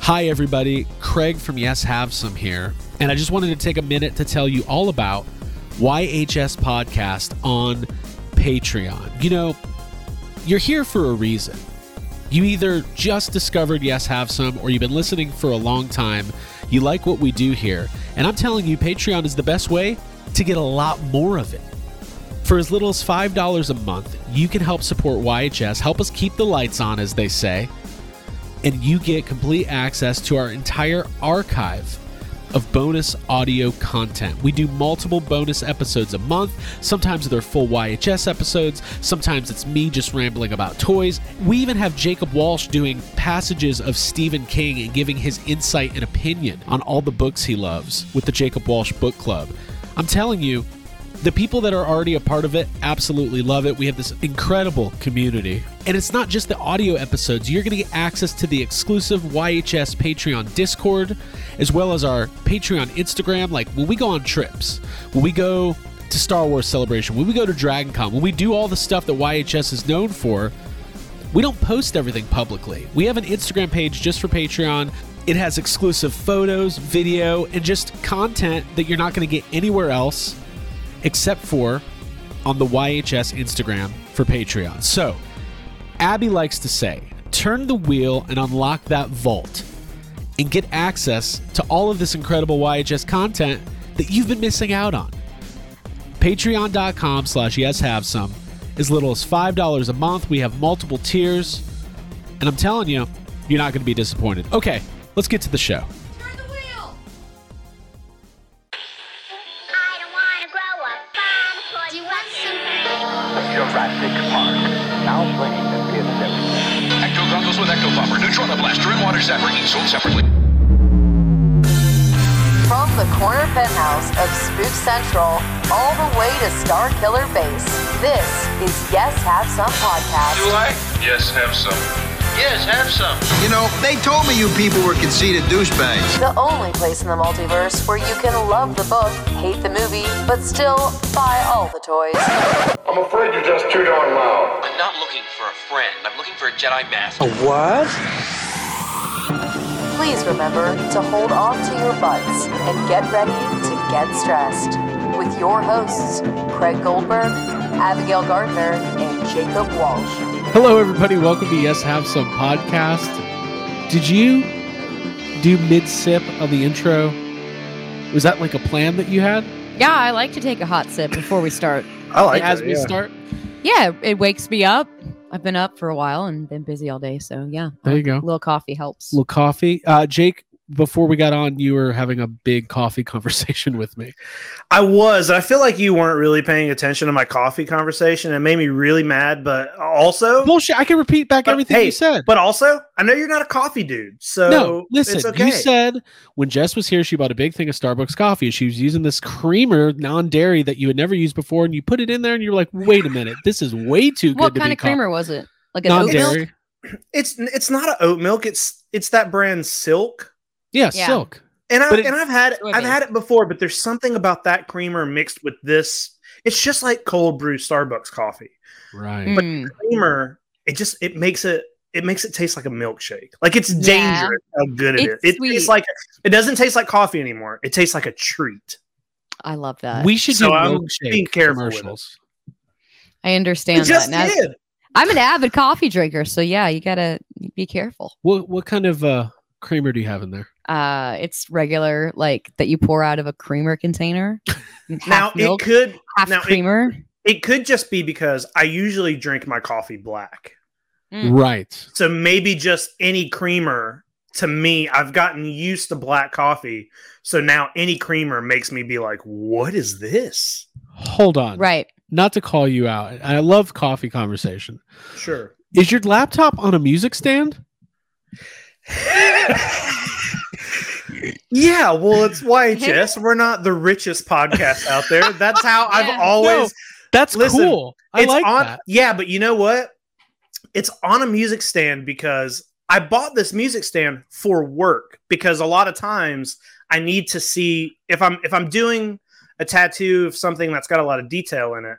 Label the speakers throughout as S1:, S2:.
S1: Hi, everybody. Craig from Yes Have Some here. And I just wanted to take a minute to tell you all about YHS Podcast on Patreon. You know, you're here for a reason. You either just discovered Yes Have Some or you've been listening for a long time. You like what we do here. And I'm telling you, Patreon is the best way to get a lot more of it. For as little as $5 a month, you can help support YHS, help us keep the lights on, as they say and you get complete access to our entire archive of bonus audio content. We do multiple bonus episodes a month. Sometimes they're full YHS episodes, sometimes it's me just rambling about toys. We even have Jacob Walsh doing passages of Stephen King and giving his insight and opinion on all the books he loves with the Jacob Walsh Book Club. I'm telling you, the people that are already a part of it absolutely love it. We have this incredible community. And it's not just the audio episodes, you're going to get access to the exclusive YHS Patreon Discord, as well as our Patreon Instagram. Like when we go on trips, when we go to Star Wars Celebration, when we go to Dragon Con, when we do all the stuff that YHS is known for, we don't post everything publicly. We have an Instagram page just for Patreon. It has exclusive photos, video, and just content that you're not going to get anywhere else except for on the YHS Instagram for Patreon. So, Abby likes to say, turn the wheel and unlock that vault and get access to all of this incredible YHS content that you've been missing out on. Patreon.com slash yes have some. As little as $5 a month. We have multiple tiers. And I'm telling you, you're not going to be disappointed. Okay, let's get to the show.
S2: Turn the wheel! I don't wanna grow up. I'm for you want some
S3: Jurassic Park. Now playing the kids everything.
S4: Ecto goggles with Ecto Bomber, Neutrona Blaster, and Water Zapper, each sold separately.
S5: From the corner penthouse of Spook Central, all the way to Star Killer Base, this is Yes Have Some Podcast.
S4: I? Yes, have some.
S6: Yes, have some.
S7: You know, they told me you people were conceited douchebags.
S5: The only place in the multiverse where you can love the book, hate the movie, but still buy all the toys.
S8: I'm afraid you're just too darn loud.
S6: I'm not looking for a friend. I'm looking for a Jedi master.
S5: Please remember to hold on to your butts and get ready to get stressed. With your hosts, Craig Goldberg, Abigail Gardner, and Jacob Walsh.
S1: Hello, everybody. Welcome to Yes Have Some podcast. Did you do mid sip on the intro? Was that like a plan that you had
S9: Yeah, I like to take a hot sip before we start.
S10: I like
S1: as
S10: it,
S1: we
S10: yeah.
S1: start?
S9: Yeah, it wakes me up. I've been up for a while and been busy all day, so yeah,
S1: There you go.
S9: a little coffee helps.
S1: little coffee. Uh, Jake, before we got on, you were having a big coffee conversation with me.
S10: I was. I feel like you weren't really paying attention to my coffee conversation. It made me really mad, but also,
S1: Bullshit. I can repeat back
S10: But
S1: everything
S10: hey,
S1: you said.
S10: but also, I know you're not a coffee dude. So
S1: no, listen.
S10: it's okay.
S1: You said when Jess was here, she bought a big thing of Starbucks coffee. and She was using this creamer, non-dairy, that you had never used before, and you put it in there, and you're like, "Wait a minute, this is way too good."
S9: what
S1: to
S9: kind
S1: be
S9: of
S1: coffee."
S9: creamer was it? Like an oat milk?
S1: Non-dairy.
S10: it's it's not a oat milk. It's it's that brand Silk.
S1: Yeah,
S9: Yeah.
S1: silk.
S10: And I
S1: But it-
S10: and I've had
S9: Soybean.
S10: I've had it before, but there's something about that creamer mixed with this. It's just like cold brew Starbucks coffee.
S1: Right.
S9: Mm.
S10: Creamer, it just it makes it it makes it taste like a milkshake. Like it's dangerous
S9: Yeah.
S10: how good it
S9: It's
S10: is. It
S9: sweet.
S10: tastes like it doesn't taste like coffee anymore. It tastes like a treat.
S9: I love that.
S1: we should
S10: so
S1: do
S10: I'm
S1: milkshake
S10: being careful with it.
S1: commercials.
S9: I
S10: It
S9: understand that.
S10: just
S9: and I-
S10: did.
S9: I'm an avid coffee drinker, so yeah, you gotta be careful.
S1: What what kind of uh, creamer do you have in there?
S9: Uh, it's regular, like that you pour out of a creamer container. half
S10: Now
S9: milk,
S10: it could
S9: half
S10: now it-
S9: creamer.
S10: it could just be because I usually drink my coffee black.
S9: Mm.
S1: Right.
S10: So maybe just any creamer to me, I've gotten used to black coffee. So now any creamer makes me be like, what is this?
S1: Hold on.
S9: right.
S1: Not to call you out. I love coffee conversation.
S10: Sure.
S1: Is your laptop on a music stand?
S10: yeah, well, it's YHS. We're not the richest podcast out there. That's how I've
S9: Yeah.
S10: always
S1: That's
S10: Listen,
S1: cool. I
S10: it's
S1: like
S10: on
S1: that.
S10: yeah but you know what it's on a music stand because i bought this music stand for work because a lot of times i need to see if i'm if i'm doing a tattoo of something that's got a lot of detail in it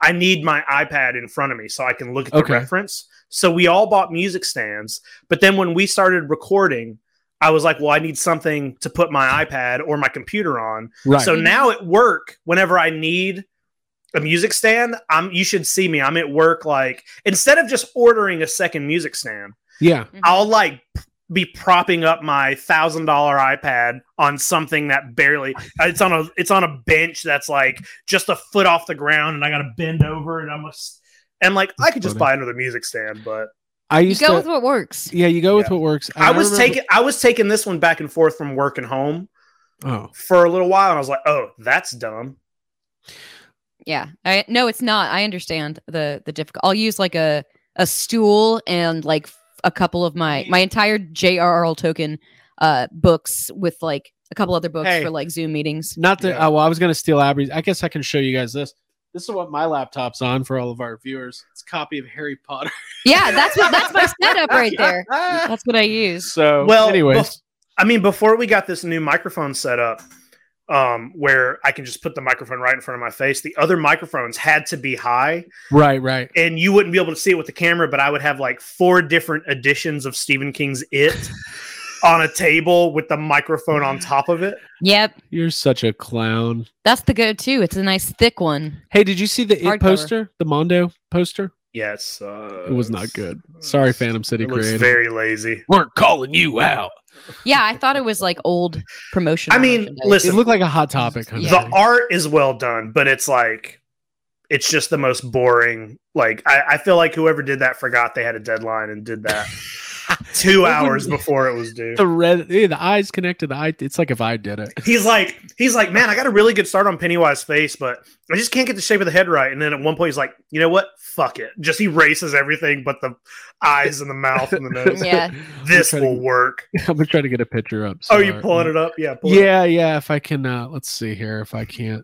S10: i need my ipad in front of me so i can look at
S1: Okay.
S10: the reference so we all bought music stands but then when we started recording I was like, well, I need something to put my iPad or my computer on.
S1: Right.
S10: So now at work, whenever I need a music stand, I'm you should see me. I'm at work like instead of just ordering a second music stand,
S1: yeah.
S10: I'll like be propping up my thousand dollar iPad on something that barely it's on a it's on a bench that's like just a foot off the ground and I gotta bend over and I'm a, s- and like I could just
S1: Funny.
S10: buy another music stand, but
S1: I
S9: You
S1: used
S9: go
S1: to.
S9: with what works.
S1: yeah, you go with
S10: Yeah.
S1: what works. And
S10: I was
S1: remember-
S10: taking I was taking this one back and forth from work and home
S1: Oh,
S10: for a little while and I was like, oh, that's dumb.
S9: Yeah. I no, it's not. I understand the the difficult. I'll use like a a stool and like f- a couple of my my entire J.R.R. Token uh books with like a couple other books
S10: Hey.
S9: for like Zoom meetings.
S1: not that.
S10: Yeah.
S1: Oh, well, I was going to steal Abby's. I guess I can show you guys this. This is what my laptop's on for all of our viewers. It's a copy of Harry Potter.
S9: Yeah, that's what that's my setup right there. That's what I use.
S1: So,
S10: Well,
S1: anyways,
S10: I mean, before we got this new microphone set up, um, where I can just put the microphone right in front of my face, the other microphones had to be high,
S1: right, right.
S10: and you wouldn't be able to see it with the camera, but I would have like four different editions of Stephen King's It on a table with the microphone on top of it.
S9: Yep,
S1: You're such a clown.
S9: that's the go-to. It's a nice thick one.
S1: Hey, did you see the
S9: Hardcover.
S1: it poster, the Mondo poster?
S10: Yes, uh,
S1: It was not good. Sorry, Phantom City
S10: It looks
S1: creative.
S10: very lazy.
S1: We're calling you out.
S9: Yeah, I thought it was like old promotion.
S10: I mean, listen,
S1: It looked like a hot topic. kind of
S9: Yeah.
S1: thing.
S10: the art is well done, but it's like it's just the most boring. Like I, I feel like whoever did that forgot they had a deadline and did that two hours before it was due.
S1: the red yeah, the eyes connected the eye it's like if i did it
S10: He's like, he's like, man, I got a really good start on Pennywise face, but I just can't get the shape of the head right. And then at one point, he's like, you know what? Fuck it. Just erases everything but the eyes and the mouth and the nose.
S9: Yeah.
S10: This
S1: I'm gonna try
S10: will work.
S1: to, i'm gonna try to get a picture up
S10: Oh, you
S1: sorry.
S10: pulling it up? Yeah. pull it
S1: yeah yeah if i can uh let's see here if i can't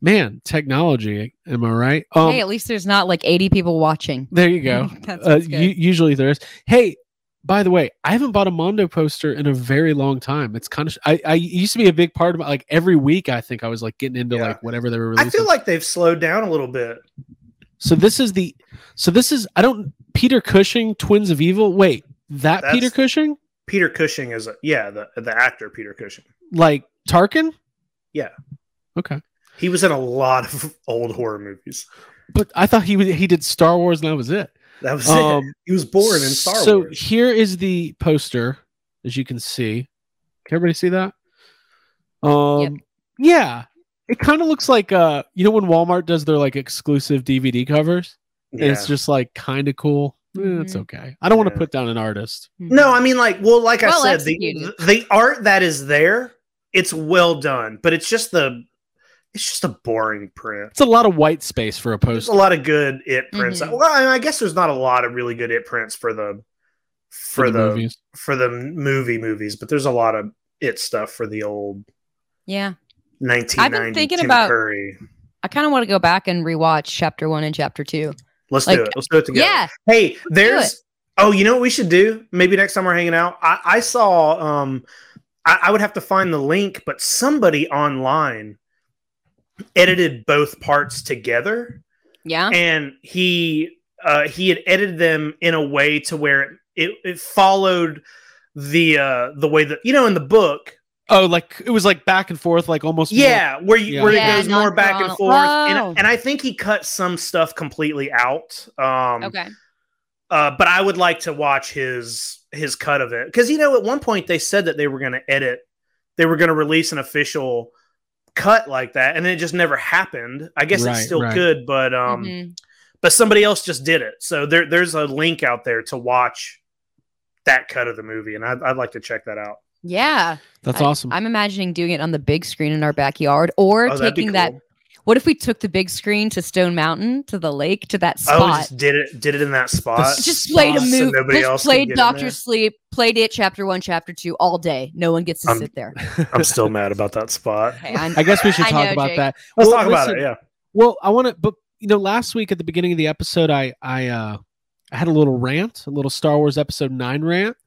S1: man technology am i right um
S9: hey, at least there's not like 80 people watching.
S1: there you go
S9: That's
S1: uh,
S9: what's
S1: u-
S9: good.
S1: usually there is hey by the way i haven't bought a mondo poster in a very long time it's kind of sh- i i it used to be a big part of my, like every week i think i was like getting into
S10: Yeah.
S1: like whatever they were
S10: I
S1: releasing
S10: feel like they've slowed down a little bit.
S1: so this is the so this is i don't peter cushing twins of evil wait that
S10: That's-
S1: peter cushing
S10: Peter Cushing is, a, yeah, the, the actor Peter Cushing.
S1: like tarkin
S10: Yeah.
S1: okay
S10: He was in a lot of old horror movies.
S1: But I thought he was, he did Star Wars and that was it.
S10: That was it.
S1: Um,
S10: He was born in Star
S1: so
S10: Wars.
S1: here is the poster, as you can see. Can everybody see that? Um, yeah, it kind of looks like uh, you know, when Walmart does their like exclusive DVD covers,
S10: Yeah.
S1: and it's just like kind of cool. Eh, it's
S9: Mhm.
S1: okay. I don't want to
S10: Yeah.
S1: put down an artist.
S9: Hmm.
S10: No, I mean, like, well, like
S9: Well
S10: I said, the,
S9: executed.
S10: the art that is there, it's well done, but it's just the, it's just a boring print.
S1: It's a lot of white space for a
S10: There's
S1: poster.
S10: a lot of good it prints.
S9: Mhm.
S10: Well, I, I guess there's not a lot of really good it prints for the, for, the,
S1: movies.
S10: for the movie movies, but there's a lot of it stuff for the old
S9: Yeah.
S10: 1990s.
S9: I've been thinking about-
S10: Curry.
S9: I kind of want to go back and rewatch chapter 1 and chapter 2.
S10: Let's
S9: like-
S10: do it. Let's do it together.
S9: Yeah.
S10: Hey, there's. Oh, you know what we should do? Maybe next time we're hanging out. I, I saw. Um, I, I would have to find the link, but somebody online edited both parts together,
S9: Yeah.
S10: and he uh, he had edited them in a way to where it it, it followed the uh the way that you know in the book
S1: Oh, like it was like back and forth, like almost. more-
S10: yeah where you
S1: Yeah.
S10: where
S9: Yeah,
S10: it goes more back and
S9: non-chrono-
S10: forth
S9: Whoa.
S10: and, and i think he cut some stuff completely out um
S9: okay.
S10: uh, but I would like to watch his his cut of it because you know at one point they said that they were going to edit, they were going to release an official cut like that, and it just never happened. I guess
S1: Right,
S10: it's still
S1: right.
S10: good, but um,
S9: Mhm.
S10: but somebody else just did it. So there there's a link out there to watch that cut of the movie, and I'd, I'd like to check that out.
S9: Yeah.
S1: that's
S9: I-
S1: awesome.
S9: I'm imagining doing it on the big screen in our backyard or
S10: Oh, that'd be
S9: taking that.
S10: cool.
S9: What if we took the big screen to Stone Mountain, to the lake, to that
S10: Oh,
S9: spot?
S10: just did it did it in that spot.
S1: s-
S9: just played a
S1: so
S9: movie.
S10: nobody else
S9: Just
S10: can get
S9: played
S10: in
S9: Doctor
S10: there.
S9: Sleep. Played it chapter one, chapter two all day. No one gets to
S10: Um,
S9: sit there.
S10: I'm still mad about that spot.
S9: Okay, I'm,
S1: I guess we should
S9: I
S1: talk
S9: know,
S1: about
S9: Jake.
S1: that.
S10: Let's
S1: Well,
S10: talk about
S1: listen,
S10: it. Yeah,
S1: Well, I want to, but you know, last week at the beginning of the episode, I I uh, I had a little rant, a little Star Wars Episode Nine rant.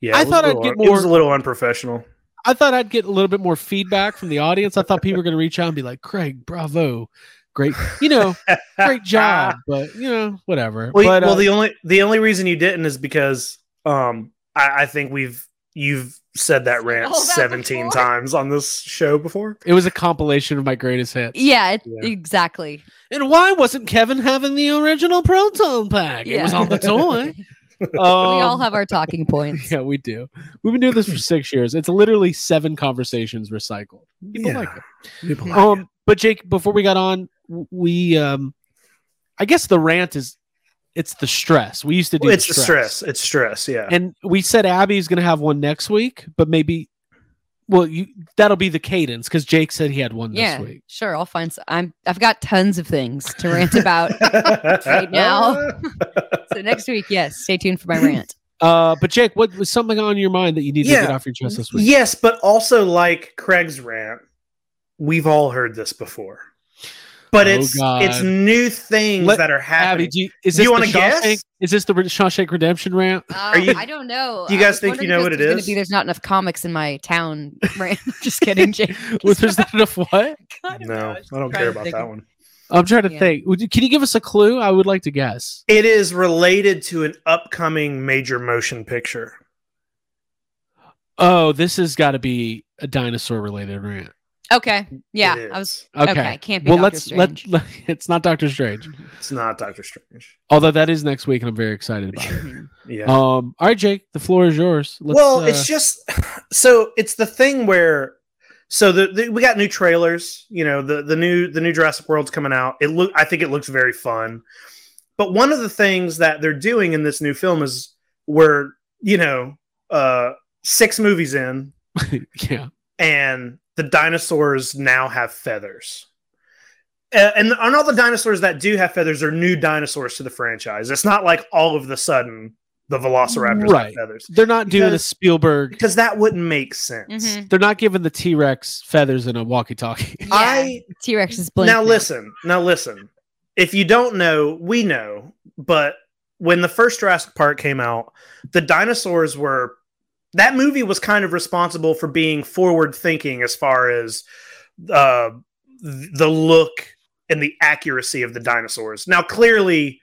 S10: yeah.
S1: I
S10: it was a
S1: thought I'd
S10: little
S1: get
S10: un- It was
S1: more-
S10: a little unprofessional.
S1: I thought I'd get a little bit more feedback from the audience. I thought people were going to reach out and be like, "Craig, bravo, great, you know, great job," but you know, whatever.
S10: Well, you-
S1: but,
S10: well,
S1: uh,
S10: the only the only reason you didn't is because um, I, I think we've You've said that rant
S9: all that
S10: 17
S9: before.
S10: times on this show before.
S1: It was a compilation of my greatest hits.
S9: Yeah, it,
S10: Yeah.
S9: exactly.
S1: And why wasn't Kevin having the original proton pack? It was
S9: Yeah.
S1: on the
S10: Um,
S1: toy. we
S9: we all have our talking points.
S1: Yeah, we do. We've been doing this for six years. It's literally seven conversations recycled. People
S10: Yeah.
S1: like it.
S10: People like
S1: Um, but Jake, before we got on, w- we um, I guess the rant is it's the stress. We used to do
S10: Well, it's the stress. It's stress. Yeah.
S1: and we said Abby's going to have one next week, but maybe. Well, you that'll be the cadence because Jake said he had one
S9: Yeah,
S1: this week.
S9: sure. I'll find. s I'm. I've got tons of things to rant about. right now. so next week, yes, stay tuned for my rant.
S1: Uh, but Jake, what was something on your mind that you need to get
S10: Yeah.
S1: off your chest this week?
S10: yes, but also like Craig's rant, we've all heard this before. But
S1: Oh,
S10: it's
S1: God.
S10: it's new things
S1: Let
S10: that are
S1: Abby,
S10: happening.
S1: do you, is
S10: Do
S1: this
S10: you
S1: the
S10: wanna guess?
S1: Shawshank- Is this the Re- Shawshank Redemption rant?
S9: Um,
S10: you-
S9: I don't know.
S10: do you
S9: I
S10: guys
S9: was
S10: think you
S9: wondering
S10: know
S9: if
S10: what it
S9: there's gonna
S10: is?
S9: Be, there's not enough comics in my town. Rant. Just kidding, Jake.
S1: Was there's not enough what?
S10: no, I don't
S9: trying
S10: care
S9: to
S10: about
S9: think
S10: that
S9: of-
S10: one.
S1: I'm trying to
S9: Yeah.
S1: think. Would you, can you give us a clue? I would like to guess.
S10: It is related to an upcoming major motion picture.
S1: Oh, this has got to be a dinosaur related rant.
S9: Okay. Yeah,
S10: It
S9: I was.
S1: Okay.
S9: Okay. Can't be.
S1: Well,
S9: Dr.
S1: let's let,
S9: Strange.
S1: let it's not Doctor Strange.
S10: It's not Doctor Strange.
S1: Although that is next week and I'm very excited about it.
S9: hmm,
S10: Yeah.
S1: Um all right, Jake, the floor is yours. Let's,
S10: well,
S1: uh,
S10: it's just so it's the thing where so the, the we got new trailers. You know the the new the new Jurassic World's coming out. It look I think it looks very fun. But one of the things that they're doing in this new film is we're you know uh six movies in
S1: yeah.
S10: and the dinosaurs now have feathers. Uh, and, and all the dinosaurs that do have feathers are new dinosaurs to the franchise. It's not like all of the sudden the Velociraptors
S1: Right.
S10: have feathers
S1: They're not doing a
S10: Because-
S1: Spielberg.
S10: because that wouldn't make sense.
S9: Mhm.
S1: They're not giving the T-Rex feathers in a walkie-talkie.
S9: Yeah,
S10: I
S9: T Rex is blank.
S10: now listen, now listen. If you don't know, we know, but when the first Jurassic Park came out, the dinosaurs were that movie was kind of responsible for being forward thinking as far as uh, th- the look and the accuracy of the dinosaurs. Now, clearly,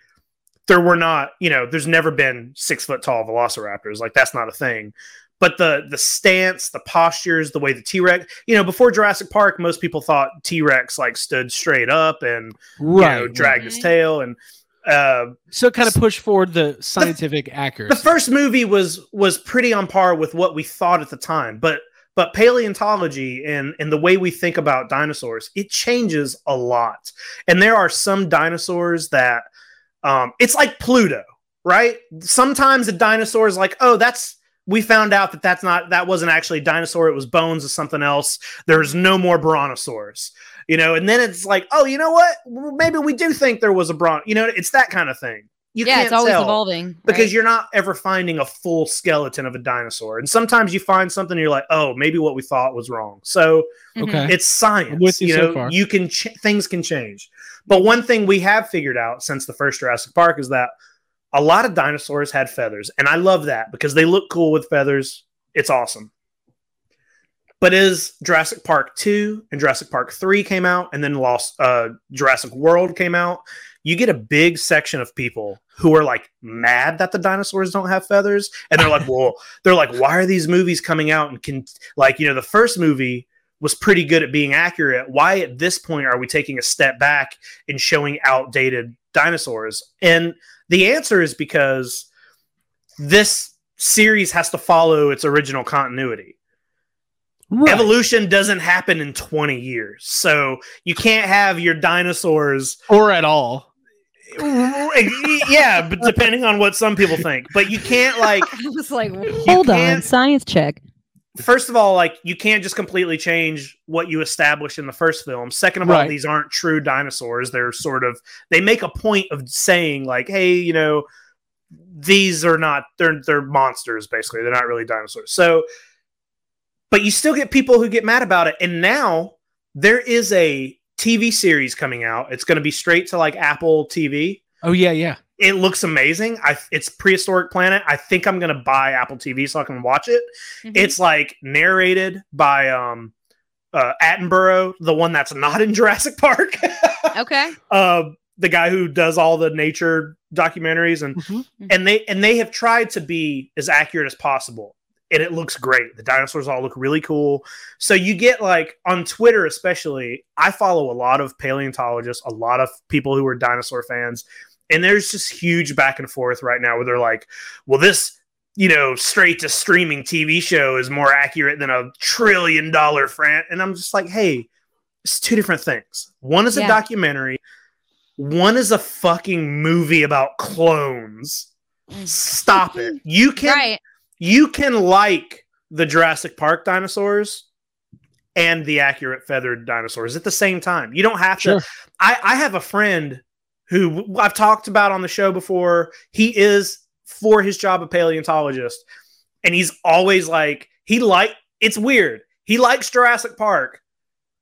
S10: there were not, you know, there's never been six foot tall velociraptors. Like that's not a thing. But the the stance, the postures, the way the T Rex, you know, before Jurassic Park, most people thought T Rex like stood straight up and you
S1: right.
S10: know,
S1: right.
S10: dragged his tail and. Uh,
S1: So kind of push forward the scientific accuracy.
S10: the first movie was was pretty on par with what we thought at the time but but paleontology and and the way we think about dinosaurs it changes a lot and there are some dinosaurs that um it's like pluto right sometimes a dinosaur is like oh that's we found out that that's not that wasn't actually a dinosaur it was bones of something else there's no more brontosaurs you know and then it's like oh you know what maybe we do think there was a bron you know it's that kind of thing you
S9: yeah,
S10: can't
S9: it's always
S10: tell
S9: evolving.
S10: because
S9: right?
S10: you're not ever finding a full skeleton of a dinosaur. And sometimes you find something and you're like, oh, maybe what we thought was wrong. So
S9: Mhm.
S1: Okay.
S10: it's science.
S1: I'm with you so
S10: know,
S1: far.
S10: you can ch- things can change. But one thing we have figured out since the first Jurassic Park is that a lot of dinosaurs had feathers, and I love that because they look cool with feathers. It's awesome. But as Jurassic Park 2 and Jurassic Park 3 came out, and then Lost uh, Jurassic World came out, you get a big section of people who are like mad that the dinosaurs don't have feathers. And they're like, well, they're like, why are these movies coming out? And can, like, you know, the first movie was pretty good at being accurate. Why at this point are we taking a step back and showing outdated dinosaurs? And the answer is because this series has to follow its original continuity
S1: Right.
S10: evolution doesn't happen in 20 years so you can't have your dinosaurs
S1: or at all.
S10: yeah but depending on what some people think but you can't like
S9: I was like, hold on,
S10: can't-
S9: science check.
S10: first of all like you can't just completely change what you established in the first film second of all
S1: Right.
S10: these aren't true dinosaurs they're sort of they make a point of saying like hey you know these are not they're they're monsters basically they're not really dinosaurs so but you still get people who get mad about it and now there is a tv series coming out it's going to be straight to like apple tv
S1: Oh yeah, yeah.
S10: it looks amazing i it's prehistoric planet i think i'm going to buy apple tv so i can watch it it's like narrated by um uh, Attenborough, the one that's not in Jurassic Park,
S9: okay.
S10: uh, the guy who does all the nature documentaries, and and they and they have tried to be as accurate as possible. and it looks great. The dinosaurs all look really cool. So you get like on Twitter, especially, I follow a lot of paleontologists, a lot of people who are dinosaur fans, and there's just huge back and forth right now where they're like, well, this, you know, straight to streaming TV show is more accurate than a trillion dollar fran. And I'm just like, hey, it's two different things. One is a
S9: Yeah.
S10: documentary, one is a fucking movie about clones. Stop it. You can
S9: right.
S10: you can like the Jurassic Park dinosaurs and the accurate feathered dinosaurs at the same time. You don't have
S1: Sure.
S10: to. I, I have a friend who I've talked about on the show before. He is for his job a paleontologist, and he's always like he like it's weird. He likes Jurassic Park,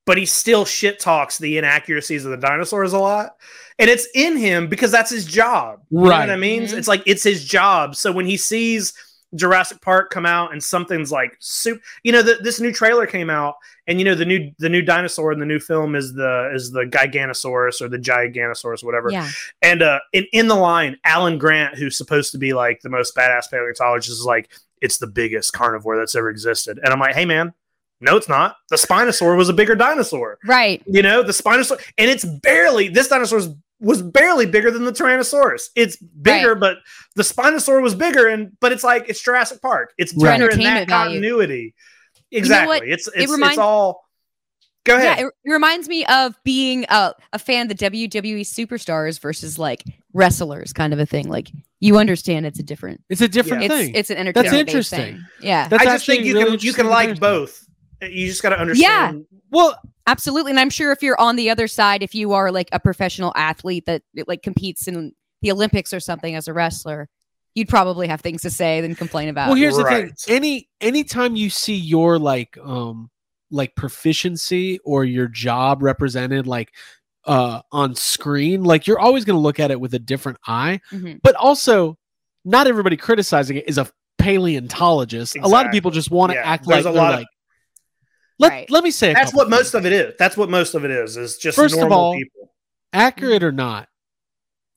S10: but he still shit talks the inaccuracies of the dinosaurs a lot, and it's in him because that's his job. You know
S1: Right.
S10: what I mean?
S9: Mhm.
S10: It's like it's his job. So when he sees Jurassic Park come out and something's like soup, you know, the, this new trailer came out, and you know the new the new dinosaur in the new film is the is the Giganosaurus or the Giganosaurus, whatever.
S9: Yeah.
S10: And uh, in, in the line, Alan Grant, who's supposed to be like the most badass paleontologist, is like, it's the biggest carnivore that's ever existed. And I'm like, hey man, no, it's not. The Spinosaur was a bigger dinosaur.
S9: Right.
S10: You know, the Spinosaur, and it's barely this dinosaur was- was barely bigger than the Tyrannosaurus. It's bigger, but the Spinosaur was bigger, and but it's like it's Jurassic Park. It's
S1: Right.
S10: bigger in that
S9: Entertainment value.
S10: continuity.
S9: know
S10: Exactly.
S9: what?
S10: it's it's,
S9: reminds-
S10: it's all. Go ahead.
S9: Yeah, it, it reminds me of being a, a fan of the WWE superstars versus like wrestlers, kind of a thing. Like you understand, it's a different.
S1: It's a different
S10: Yeah.
S9: It's
S1: thing.
S9: it's an entertainment.
S1: interesting.
S9: Yeah,
S1: That's
S10: I just think
S1: actually
S10: you
S1: really
S10: can you
S1: interesting
S10: can like
S1: comparison.
S10: both. You just got to understand.
S1: Well,
S9: absolutely. And I'm sure if you're on the other side, if you are like a professional athlete that like competes in the Olympics or something as a wrestler, you'd probably have things to say than complain about.
S1: well, here's
S10: Right.
S1: the thing. Any anytime you see your like um like proficiency or your job represented like uh on screen, like you're always going to look at it with a different eye.
S9: Mhm.
S1: But also, not everybody criticizing it is a paleontologist. A lot of people just want to
S10: Yeah,
S1: act like
S10: there's
S1: they're
S10: a lot of-
S1: like. Let,
S9: Right.
S1: let me say a
S10: That's
S1: couple
S10: what most of it is. That's what most of it is. Is just
S1: First of
S10: normal
S1: all,
S10: people.
S1: accurate or not,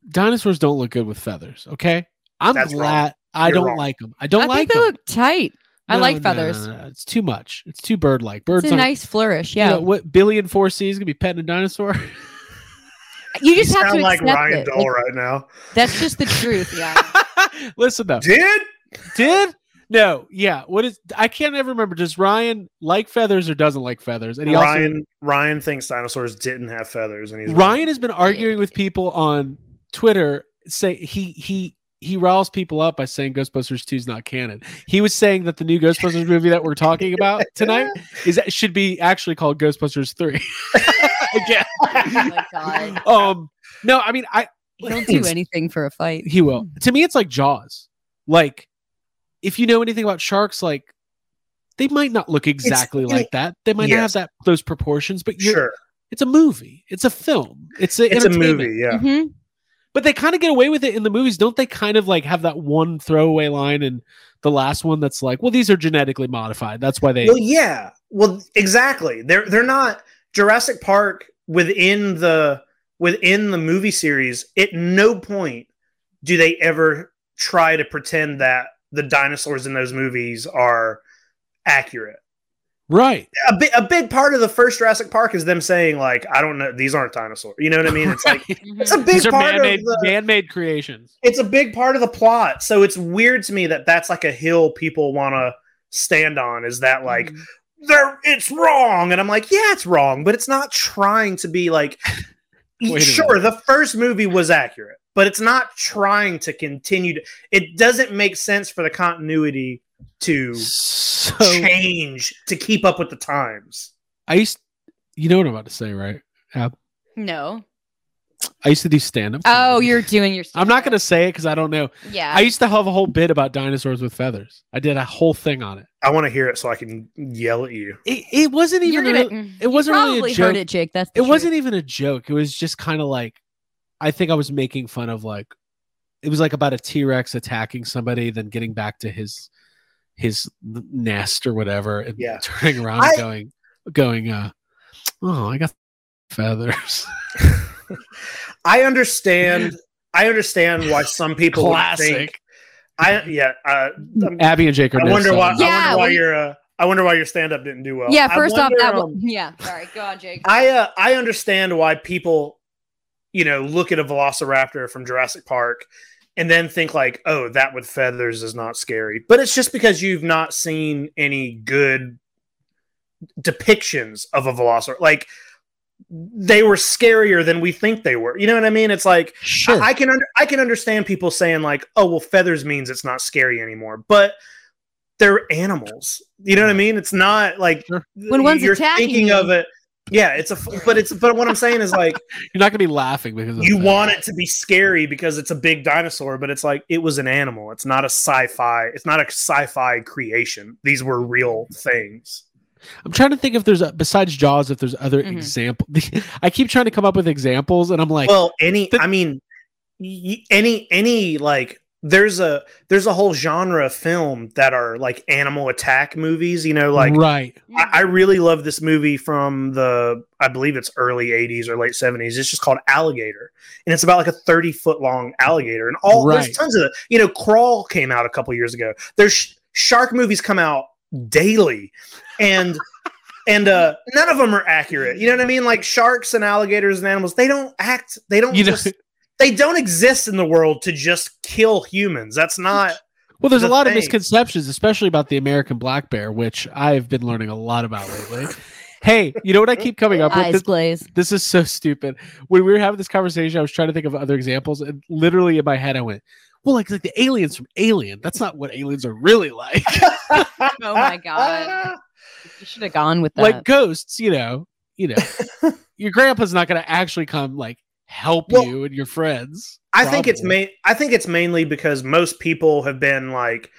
S1: dinosaurs don't look good with feathers. Okay, I'm
S10: That's wrong.
S1: glad I
S10: You're
S1: don't
S10: wrong.
S1: like them. I don't
S9: I
S1: like
S9: think they
S1: them.
S9: look tight. I
S1: No,
S9: like
S1: no,
S9: feathers.
S1: no, no, no. It's too much. It's too bird-like. Birds
S9: It's a
S1: don't-
S9: nice flourish.
S1: you
S9: Yeah,
S1: know, what Billy and Four C is gonna be petting a dinosaur.
S9: you just have
S10: sound
S9: to
S10: like
S9: accept
S10: Ryan
S9: it.
S10: Dahl
S9: Like,
S10: right now.
S9: that's just the truth. Yeah.
S1: Listen though,
S10: Did
S1: did no, yeah. What is? I can't ever remember. Does Ryan like feathers or doesn't like feathers? And he
S10: Ryan Ryan thinks dinosaurs didn't have feathers, and he's
S1: also Ryan has been arguing with people on Twitter. Say he he. He riles people up by saying Ghostbusters 2 is not canon. He was saying that the new Ghostbusters movie that we're talking about tonight is that should be actually called Ghostbusters 3. Again.
S9: oh my god.
S1: Um no, I mean I
S9: You don't do anything for a fight.
S1: He will. To me, it's like Jaws. Like, if you know anything about sharks, like they might not look exactly
S10: it-
S1: like that. They might not have
S10: yes.
S1: that those proportions, but you're,
S10: sure
S1: it's a movie. It's a film. It's a
S10: it's a
S1: entertainment.
S10: movie. Yeah,
S9: Mhm.
S1: But they kind of get away with it in the movies, don't they? Kind of like have that one throwaway line and the last one that's like, well, these are genetically modified. That's why they.
S10: Well, yeah. Well, exactly. They're they're not Jurassic Park within the within the movie series. At no point do they ever try to pretend that the dinosaurs in those movies are accurate.
S1: right.
S10: A big a big part of the first Jurassic Park is them saying like, I don't know, these aren't dinosaurs. You know what I mean? It's like it's a big
S1: These are
S10: part of
S1: man-made,
S10: the
S1: man-made creations.
S10: it's a big part of the plot. So it's weird to me that that's like a hill people want to stand on is that like
S1: Mm.
S9: Mhm.
S10: there it's wrong and I'm like, yeah, it's wrong, but it's not trying to be like
S1: Wait a
S10: sure, the first movie was accurate, but it's not trying to continue to, it doesn't make sense for the continuity to
S1: So
S10: change to keep up with the times.
S1: I used, you know what I'm about to say, right?
S9: no.
S1: I used to do stand-up.
S9: Oh,
S1: comedy.
S9: you're doing your.
S1: I'm not gonna say it because I don't know.
S9: Yeah.
S1: I used to have a whole bit about dinosaurs with feathers. I did a whole thing on it.
S10: I want to hear it so I can yell at you.
S1: It, it wasn't
S9: You're
S1: even.
S9: gonna-
S1: really-
S9: mm.
S1: it wasn't
S9: probably
S1: really a
S9: heard
S1: joke.
S9: it, Jake. That's
S1: It
S9: the truth.
S1: wasn't even a joke. It was just kind of like, I think I was making fun of like, it was like about a T Rex attacking somebody, then getting back to his his nest or whatever, and
S10: Yeah.
S1: turning around
S10: I-
S1: and going, going, uh, oh, I got feathers.
S10: I understand I understand why some people would
S1: Classic.
S10: think I yeah. Uh, I'm-
S1: Abby and Jake are.
S10: I
S1: no
S10: wonder why.
S1: song.
S9: Yeah,
S10: I wonder why
S9: we-
S10: your uh, I wonder why your stand up didn't do well.
S9: yeah,
S10: I
S9: first off,
S10: wonder,
S9: that
S10: um,
S9: one. Yeah, sorry. Go on, Jake.
S10: I uh, I understand why people, you know, look at a Velociraptor from Jurassic Park and then think like, oh, that with feathers is not scary. But it's just because you've not seen any good depictions of a Velociraptor. Like they were scarier than we think they were. You know what I mean? It's like
S1: Sure.
S10: I, I can under, I can understand people saying like, "Oh, well, feathers means it's not scary anymore," but they're animals. You know what I mean? It's not like
S1: Sure.
S9: When one's
S10: you're
S9: attacking
S10: thinking
S9: you.
S10: of it. Yeah, it's a f- but it's but what I'm saying is like
S1: You're not gonna be laughing because of
S10: you
S1: that.
S10: want it to be scary because it's a big dinosaur, but it's like it was an animal. It's not a sci-fi. It's not a sci-fi creation. These were real things.
S1: I'm trying to think if there's a, besides Jaws, if there's other
S9: Mhm.
S1: example. I keep trying to come up with examples, and I'm like,
S10: well any
S1: the-
S10: i mean y- any any like there's a there's a whole genre of film that are like animal attack movies you know like
S1: right,
S10: I, I really love this movie from the i believe it's early 80s or late 70s it's just called alligator and it's about like a 30 foot long alligator and all
S1: Right.
S10: there's tons of you know crawl came out a couple years ago there's sh- shark movies come out daily and and uh none of them are accurate you know what i mean like sharks and alligators and animals they don't act they don't
S1: you know.
S10: just they don't exist in the world to just kill humans. That's not
S1: Well, there's a
S10: the
S1: lot of
S10: thing.
S1: misconceptions, especially about the American black bear, which I've been learning a lot about lately. hey, you know what I keep coming up with?
S9: Eyes
S1: This,
S9: glaze.
S1: this is so stupid. When we were having this conversation, I was trying to think of other examples, and literally in my head, I went, "Well, like like the aliens from Alien. That's not what aliens are really like.
S9: Oh my god. You should have gone with that.
S1: like ghosts, you know, you know. your grandpa's not going to actually come like help
S10: Well,
S1: you and your friends.
S10: I think it's
S1: probably.
S10: main. I think it's mainly because most people have been like,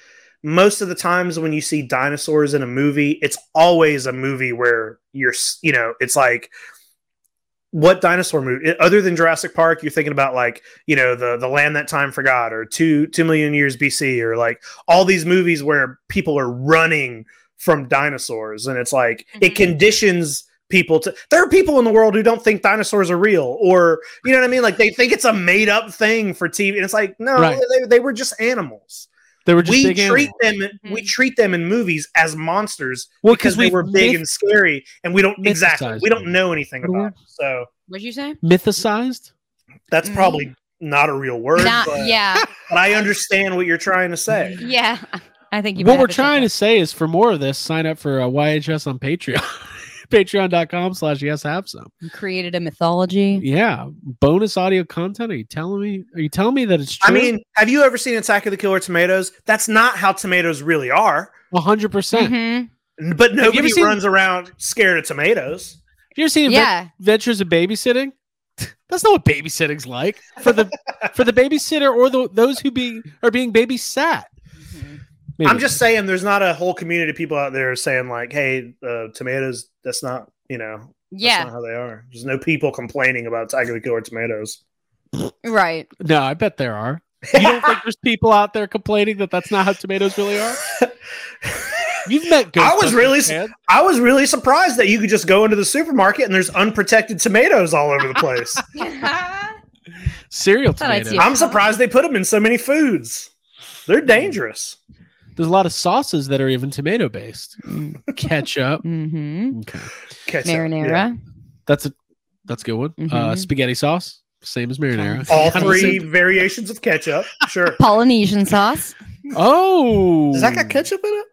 S10: most of the times when you see dinosaurs in a movie, it's always a movie where you're, s- you know, it's like, what dinosaur movie other than Jurassic Park? You're thinking about like, you know, the the land that time forgot, or two two million years BC, or like all these movies where people are running from dinosaurs, and it's like it
S9: Mhm.
S10: conditions people to there are people in the world who don't think dinosaurs are real or you know what i mean like they think it's a made up thing for tv and it's like no
S1: Right.
S10: they, they were just animals
S1: they were just
S10: we
S1: big
S10: treat
S1: animals.
S10: them we treat them in movies as monsters
S1: Well,
S10: because they
S1: we've
S10: were big and scary and we don't exactly
S1: mythicized
S10: we don't
S1: them.
S10: know anything about them. so
S9: What'd you say?
S1: myth- mythicized.
S10: that's
S9: Mhm.
S10: probably not a real word
S9: Not,
S10: but,
S9: yeah,
S10: but i understand what you're trying to say
S9: yeah. I think you. might
S1: What
S9: have
S1: we're
S9: to take
S1: trying to
S9: that.
S1: say is for more of this, sign up for uh, YHS on Patreon. Patreon.com slash yes have some.
S9: You created a mythology.
S1: Yeah. Bonus audio content. Are you telling me? Are you telling me that it's
S10: i
S1: true?
S10: mean have you ever seen attack of the killer tomatoes that's not how tomatoes really are
S1: hundred
S10: Mm-hmm.
S1: percent. Have
S9: Mhm.
S10: N- but
S1: you ever
S10: nobody
S1: seen-
S10: runs around scared of tomatoes
S1: you ever seen Adven-
S9: Yeah,
S1: Adventures of Babysitting? That's not what babysitting's like for the for the babysitter or the, those who be are being babysat.
S10: Mm-hmm.
S1: Maybe.
S10: I'm just saying, there's not a whole community of people out there saying like, "Hey, uh, tomatoes, that's not you know, that's
S9: yeah,
S10: not how they are." There's no people complaining about Attack of the Killer Tomatoes.
S9: right.
S1: no. I bet there are. You don't think there's people out there complaining that that's not how tomatoes really are? You've met.
S10: I was
S1: Ghostbusters
S10: really s-
S1: fans.
S10: I was really surprised that you could just go into the supermarket and there's unprotected tomatoes all over the place.
S1: cereal
S9: Thought I'd
S1: tomatoes.
S9: see it.
S10: I'm surprised they put them in so many foods. They're dangerous.
S1: There's a lot of sauces that are even tomato based. Ketchup.
S9: mm-hmm.
S1: Okay.
S10: Ketchup, yeah.
S9: Marinara.
S1: That's a that's a good one. Uh,
S9: Mhm.
S1: spaghetti sauce, same as marinara.
S10: All
S1: How do you
S10: three
S1: say-
S10: variations of ketchup. Sure.
S9: Polynesian sauce.
S1: Oh,
S10: Does that got ketchup in it?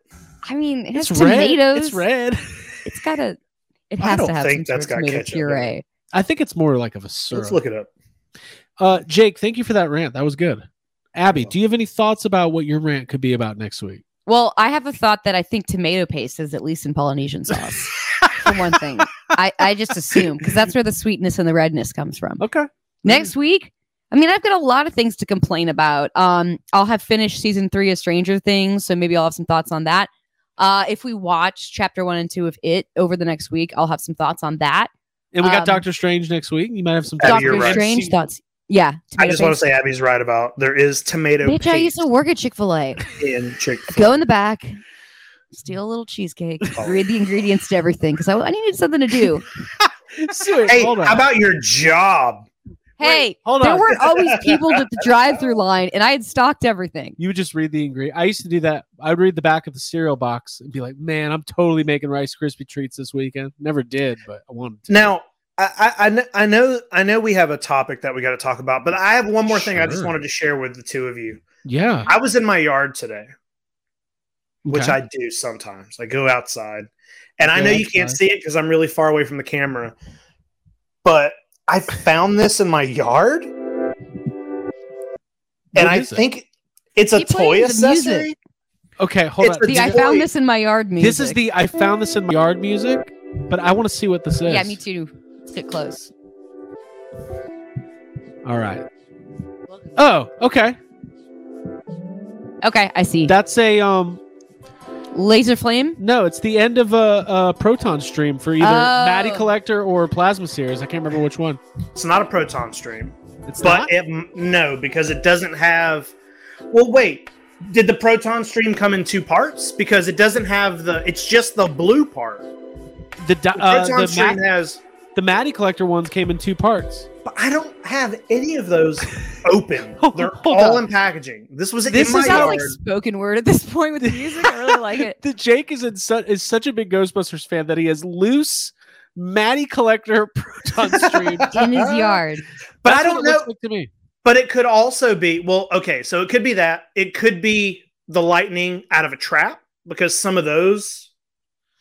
S9: I mean, it has
S1: It's red.
S9: tomatoes.
S1: It's red.
S9: It's got a. It
S10: I
S9: has
S10: don't
S9: to have
S10: think
S9: some
S10: that's
S9: sort
S10: got
S9: of tomato
S10: ketchup in it.
S9: puree.
S1: I think it's more like of a syrup.
S10: Let's look it up.
S1: Uh, Jake, thank you for that rant. That was good. Abby, do you have any thoughts about what your rant could be about next week?
S9: Well, I have a thought that I think tomato paste is at least in Polynesian sauce. for one thing, I, I just assume because that's where the sweetness and the redness comes from.
S1: Okay.
S9: Next week, I mean, I've got a lot of things to complain about. Um, I'll have finished season three of Stranger Things, so maybe I'll have some thoughts on that. Uh, if we watch chapter one and two of it over the next week, I'll have some thoughts on that.
S1: And we got
S9: Um,
S1: Doctor Strange next week. You might have uh, some
S10: Abby,
S1: thoughts.
S10: you're
S9: Doctor
S10: right.
S9: Strange thoughts. Yeah.
S10: I
S9: tomato
S10: just want to
S9: paste.
S10: say Abby's right about there is tomato
S9: Bitch, I used
S10: paste
S9: to work at Chick fil A.
S10: in Chick
S9: Go in the back, steal a little cheesecake, read the ingredients to everything because I, I needed something to do.
S1: Sweet,
S10: Hey,
S1: hold on.
S10: how about your job?
S9: Hey,
S1: hold
S9: there
S1: on.
S9: weren't always people at the drive-through line, and I had stocked everything.
S1: You would just read the ingredient. I used to do that. I would read the back of the cereal box and be like, "Man, I'm totally making Rice Krispie treats this weekend." Never did, but I wanted to.
S10: Now, I, I- I, kn- I know I know we have a topic that we got to talk about, but I have one more thing I just
S1: Sure.
S10: wanted to share with the two of you.
S1: yeah,
S10: I was in my yard today, which
S1: Okay.
S10: I do sometimes. I go outside, and I
S1: Go
S10: know you can't
S1: outside.
S10: see it because I'm really far away from the camera. But I found this in my yard,
S1: What
S10: and I
S1: is it?
S10: think it's a
S9: He
S10: toy
S9: plays the music.
S10: accessory.
S1: okay, hold
S10: it's
S1: on.
S10: the
S9: See, I
S10: toy-
S9: found this in my yard music.
S1: This is the I found this in my yard music, but I want to see what this is.
S9: yeah, me too. Let's get close.
S1: All right. Oh, okay.
S9: Okay, I see.
S1: That's a um.
S9: Laser flame.
S1: No, it's the end of a, a proton stream for either
S9: Oh.
S1: Matty Collector or Plasma Series. I can't remember which one.
S10: It's not a proton stream.
S1: It's
S10: but
S1: not?
S10: it m no because it doesn't have well wait did the proton stream come in two parts because it doesn't have the it's just the blue part
S1: the di-
S10: the
S1: uh,
S10: proton
S1: the,
S10: stream
S1: Mat-
S10: has
S1: the Matty Collector ones came in two parts.
S10: but i don't have any of those open
S1: Hold-
S10: they're
S1: hold
S10: all
S1: on.
S10: in packaging this was
S1: This
S10: in my
S9: This
S1: is
S9: sounds
S10: yard
S9: like spoken word at this point with the music. I really like it.
S1: The Jake is in su- is such a big Ghostbusters fan that he has loose Matty Collector proton stream.
S9: In his yard.
S10: but
S1: That's
S10: i don't
S1: what it
S10: know
S1: looks like to me.
S10: but it could also be well okay so it could be that it could be the lightning out of a trap because some of those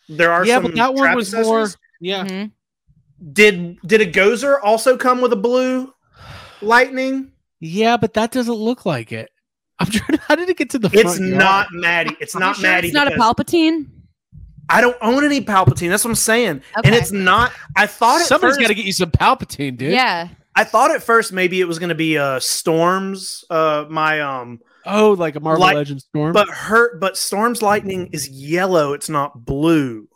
S10: there are
S1: Yeah,
S10: some
S1: but that one
S10: trap
S1: was more.
S10: accessories.
S1: Yeah.
S9: Mhm.
S10: did did a gozer also come with a blue lightning
S1: Yeah, but that doesn't look like it. I'm trying. To, how did it get to the?
S10: it's
S1: front yard?
S10: not maddie it's
S9: Are you
S10: not
S9: sure
S10: maddie
S9: It's not a
S10: because
S9: Palpatine.
S10: i don't own any palpatine that's what i'm saying and
S9: Okay.
S10: it's not i thought at
S1: Somebody's
S10: first,
S1: got to get you some Palpatine, dude.
S9: Yeah.
S10: i thought at first maybe it was going to be uh storms uh my um
S1: Oh, like a Marvel
S10: Like-
S1: Legend Storm.
S10: but her but storms lightning is yellow it's not blue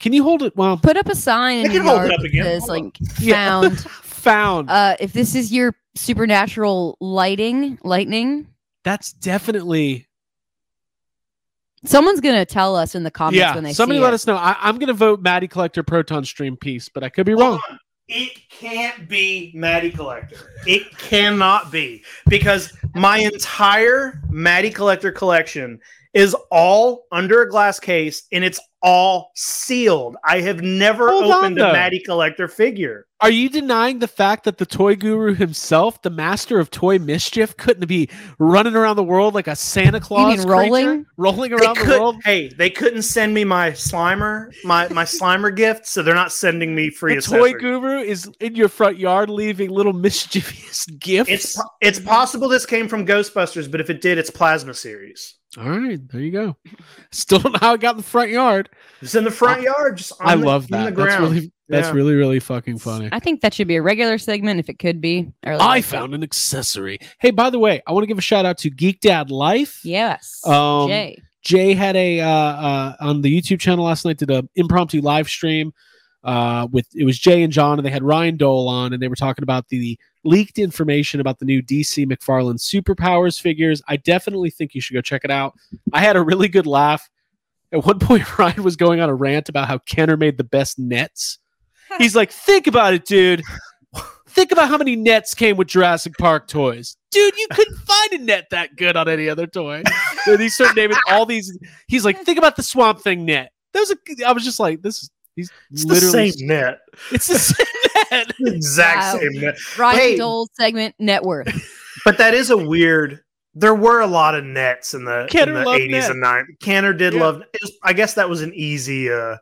S1: can you hold it? Well,
S9: Put up a sign in
S10: I can
S9: your
S10: hold it
S9: yard
S10: up
S9: that
S10: again.
S9: says
S10: Hold
S9: like
S1: Yeah.
S9: found.
S1: found.
S9: Uh, if this is your supernatural lighting, lightning,
S1: That's definitely.
S9: someone's gonna tell us in the comments when
S1: Yeah.
S9: they
S1: Somebody
S9: see
S1: let
S9: it.
S1: us know. I, I'm going to vote Maddie Collector Proton Stream piece, but I could be wrong.
S10: Hold on. It can't be Maddie Collector. It cannot be because my entire Maddie Collector collection is all under a glass case and it's all sealed. I have never
S1: Hold on,
S10: opened
S1: though.
S10: a Maddie Collector figure.
S1: Are you denying the fact that the toy guru himself, the master of toy mischief, couldn't be running around the world like a Santa Claus? creature?
S9: rolling?
S1: Rolling
S10: They
S1: around the
S10: could-
S1: world?
S10: hey, they couldn't send me my Slimer, my my Slimer gift, so they're not sending me free
S1: The toy
S10: accessories.
S1: guru is in your front yard leaving little mischievous gifts.
S10: It's po- it's possible this came from Ghostbusters, but if it did, it's Plasma series.
S1: All right, there you go. Still don't know how it got in the front yard.
S10: It's in the front yard, just on
S1: I
S10: the-
S1: love
S10: on
S1: that.
S10: the ground.
S1: That's really that's
S10: Yeah.
S1: really really fucking funny.
S9: I think that should be a regular segment if it could be. I really
S1: I
S9: like it.
S1: found an accessory. Hey, by the way, I want to give a shout out to Geek Dad Life.
S9: Yes.
S1: Um,
S9: Jay.
S1: Jay had a uh, uh, on the YouTube channel last night did an impromptu live stream uh, with it was Jay and John and they had Ryan Dole on and they were talking about the leaked information about the new DC McFarlane superpowers figures. I definitely think you should go check it out. I had a really good laugh. At one point, Ryan was going on a rant about how Kenner made the best nets. He's like, think about it, dude. Think about how many nets came with Jurassic Park toys. Dude, you couldn't find a net that good on any other toy. And he started naming all these. He's like, think about the Swamp Thing net. That was a, I was just like, this is. He's
S10: It's
S1: literally.
S10: the same net.
S1: It's the same net.
S10: The exact
S9: Wow.
S10: same net.
S9: Ryan
S10: hey.
S9: Dole segment net worth.
S10: But that is a weird. There were a lot of nets in the, in
S1: Kenner
S10: the
S1: loved
S10: 80s
S1: net.
S10: and 90s. Canner did
S1: Yeah.
S10: love. It was, I guess that was an easy. Uh,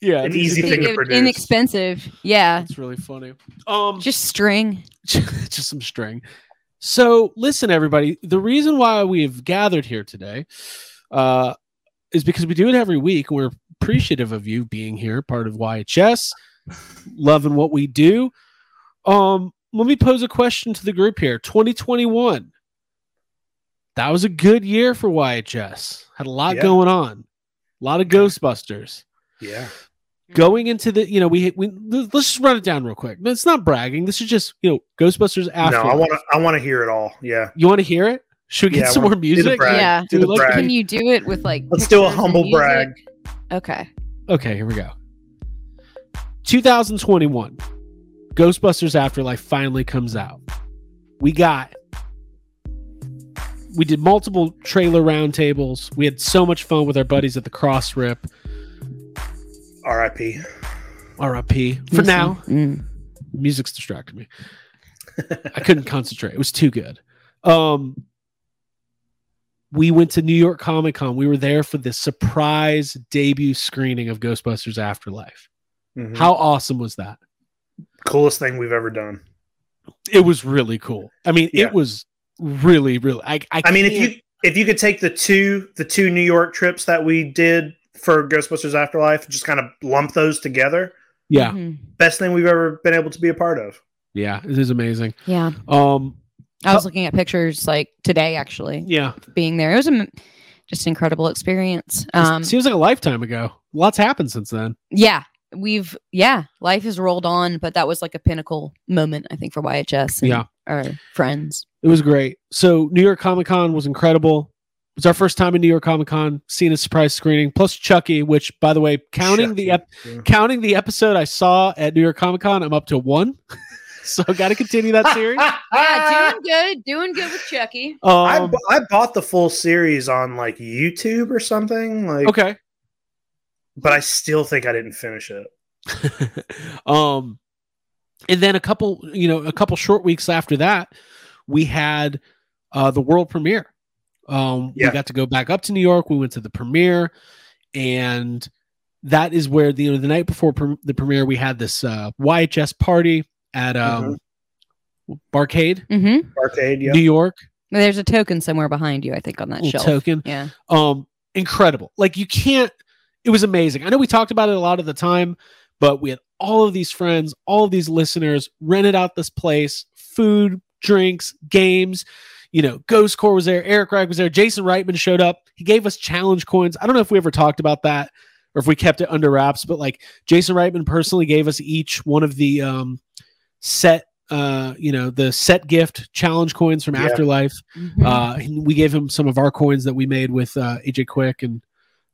S1: Yeah,
S10: An
S1: these
S10: easy
S1: are
S10: thing to
S1: things-
S9: Inexpensive-
S10: produce.
S9: Inexpensive. Yeah.
S1: It's really funny. Um,
S9: Just string.
S1: just some string. So, listen, everybody, the reason why we've gathered here today uh, is because we do it every week. We're appreciative of you being here, part of YHS, loving what we do. Um, let me pose a question to the group here 2021. That was a good year for YHS. Had a lot
S10: Yeah.
S1: going on, a lot of Ghostbusters
S10: yeah. Mm-hmm.
S1: going into the you know we we let's just run it down real quick. It's not bragging. This is just you know Ghostbusters after.
S10: No, I want to. I want to hear it all. Yeah.
S1: you want to hear it? Should we get
S10: Yeah, I
S1: some
S10: wanna
S1: more music?
S10: brag.
S9: Yeah.
S10: Do the
S1: Dude,
S10: brag.
S9: Can you do it with like?
S10: Let's do a
S9: pictures and
S10: humble
S9: music?
S10: brag.
S9: Okay.
S1: Okay, here we go. 2021. Ghostbusters Afterlife finally comes out. We got we did multiple trailer roundtables. We had so much fun with our buddies at the Cross Rip.
S10: R.I.P.
S1: R.I.P. For
S9: Listen.
S1: now,
S9: Mm.
S1: music's distracting me. I couldn't concentrate. It was too good. Um, we went to New York Comic Con. We were there for the surprise debut screening of Ghostbusters Afterlife.
S10: Mhm.
S1: How awesome was that?
S10: coolest thing we've ever done.
S1: It was really cool. I mean,
S10: Yeah.
S1: it was really, really. I, I,
S10: I mean, if
S1: can't-
S10: you if you could take the two the two New York trips that we did for Ghostbusters Afterlife, just kind of lump those together,
S1: yeah,
S9: Mhm.
S10: best thing we've ever been able to be a part of.
S1: yeah, it is amazing.
S9: Yeah.
S1: Um,
S9: I was looking at pictures like today, actually,
S1: yeah,
S9: being there. It was a, just an incredible experience. Um,
S1: it seems like a lifetime ago. Lots happened since then.
S9: yeah, we've, yeah, life has rolled on, but that was like a pinnacle moment, I think, for YHS. and
S1: Yeah.
S9: Our friends.
S1: It was great. So New York Comic Con was incredible. It's our first time in New York Comic Con, seeing a surprise screening, plus Chucky, which by the way, counting the ep-
S10: Yeah.
S1: counting the episode I saw at New York Comic Con, I'm up to one. so got to continue that series. Um,
S9: Yeah, doing good, doing good with Chucky.
S10: I, bu- I bought the full series on like YouTube or something, like,
S1: okay.
S10: but I still think I didn't finish it.
S1: um, and then a couple, you know, a couple short weeks after that, we had uh, the world premiere. Um,
S10: Yeah.
S1: We got to go back up to New York. We went to the premiere, and that is where the you know, the night before pre- the premiere we had this uh, YHS party at um, Barcade,
S9: Mm-hmm.
S10: Arcade, yeah.
S1: New York.
S9: There's a token somewhere behind you, I think, on that
S1: Little
S9: shelf.
S1: token.
S9: Yeah.
S1: um incredible like you can't it was amazing i know we talked about it a lot of the time but we had all of these friends all of these listeners rented out this place food drinks games you know ghost core was there eric Reich was there jason reitman showed up he gave us challenge coins i don't know if we ever talked about that or if we kept it under wraps but like jason reitman personally gave us each one of the um set uh you know the set gift challenge coins from
S10: Yeah.
S1: afterlife
S9: Mhm.
S1: uh, and we gave him some of our coins that we made with uh, AJ Quick and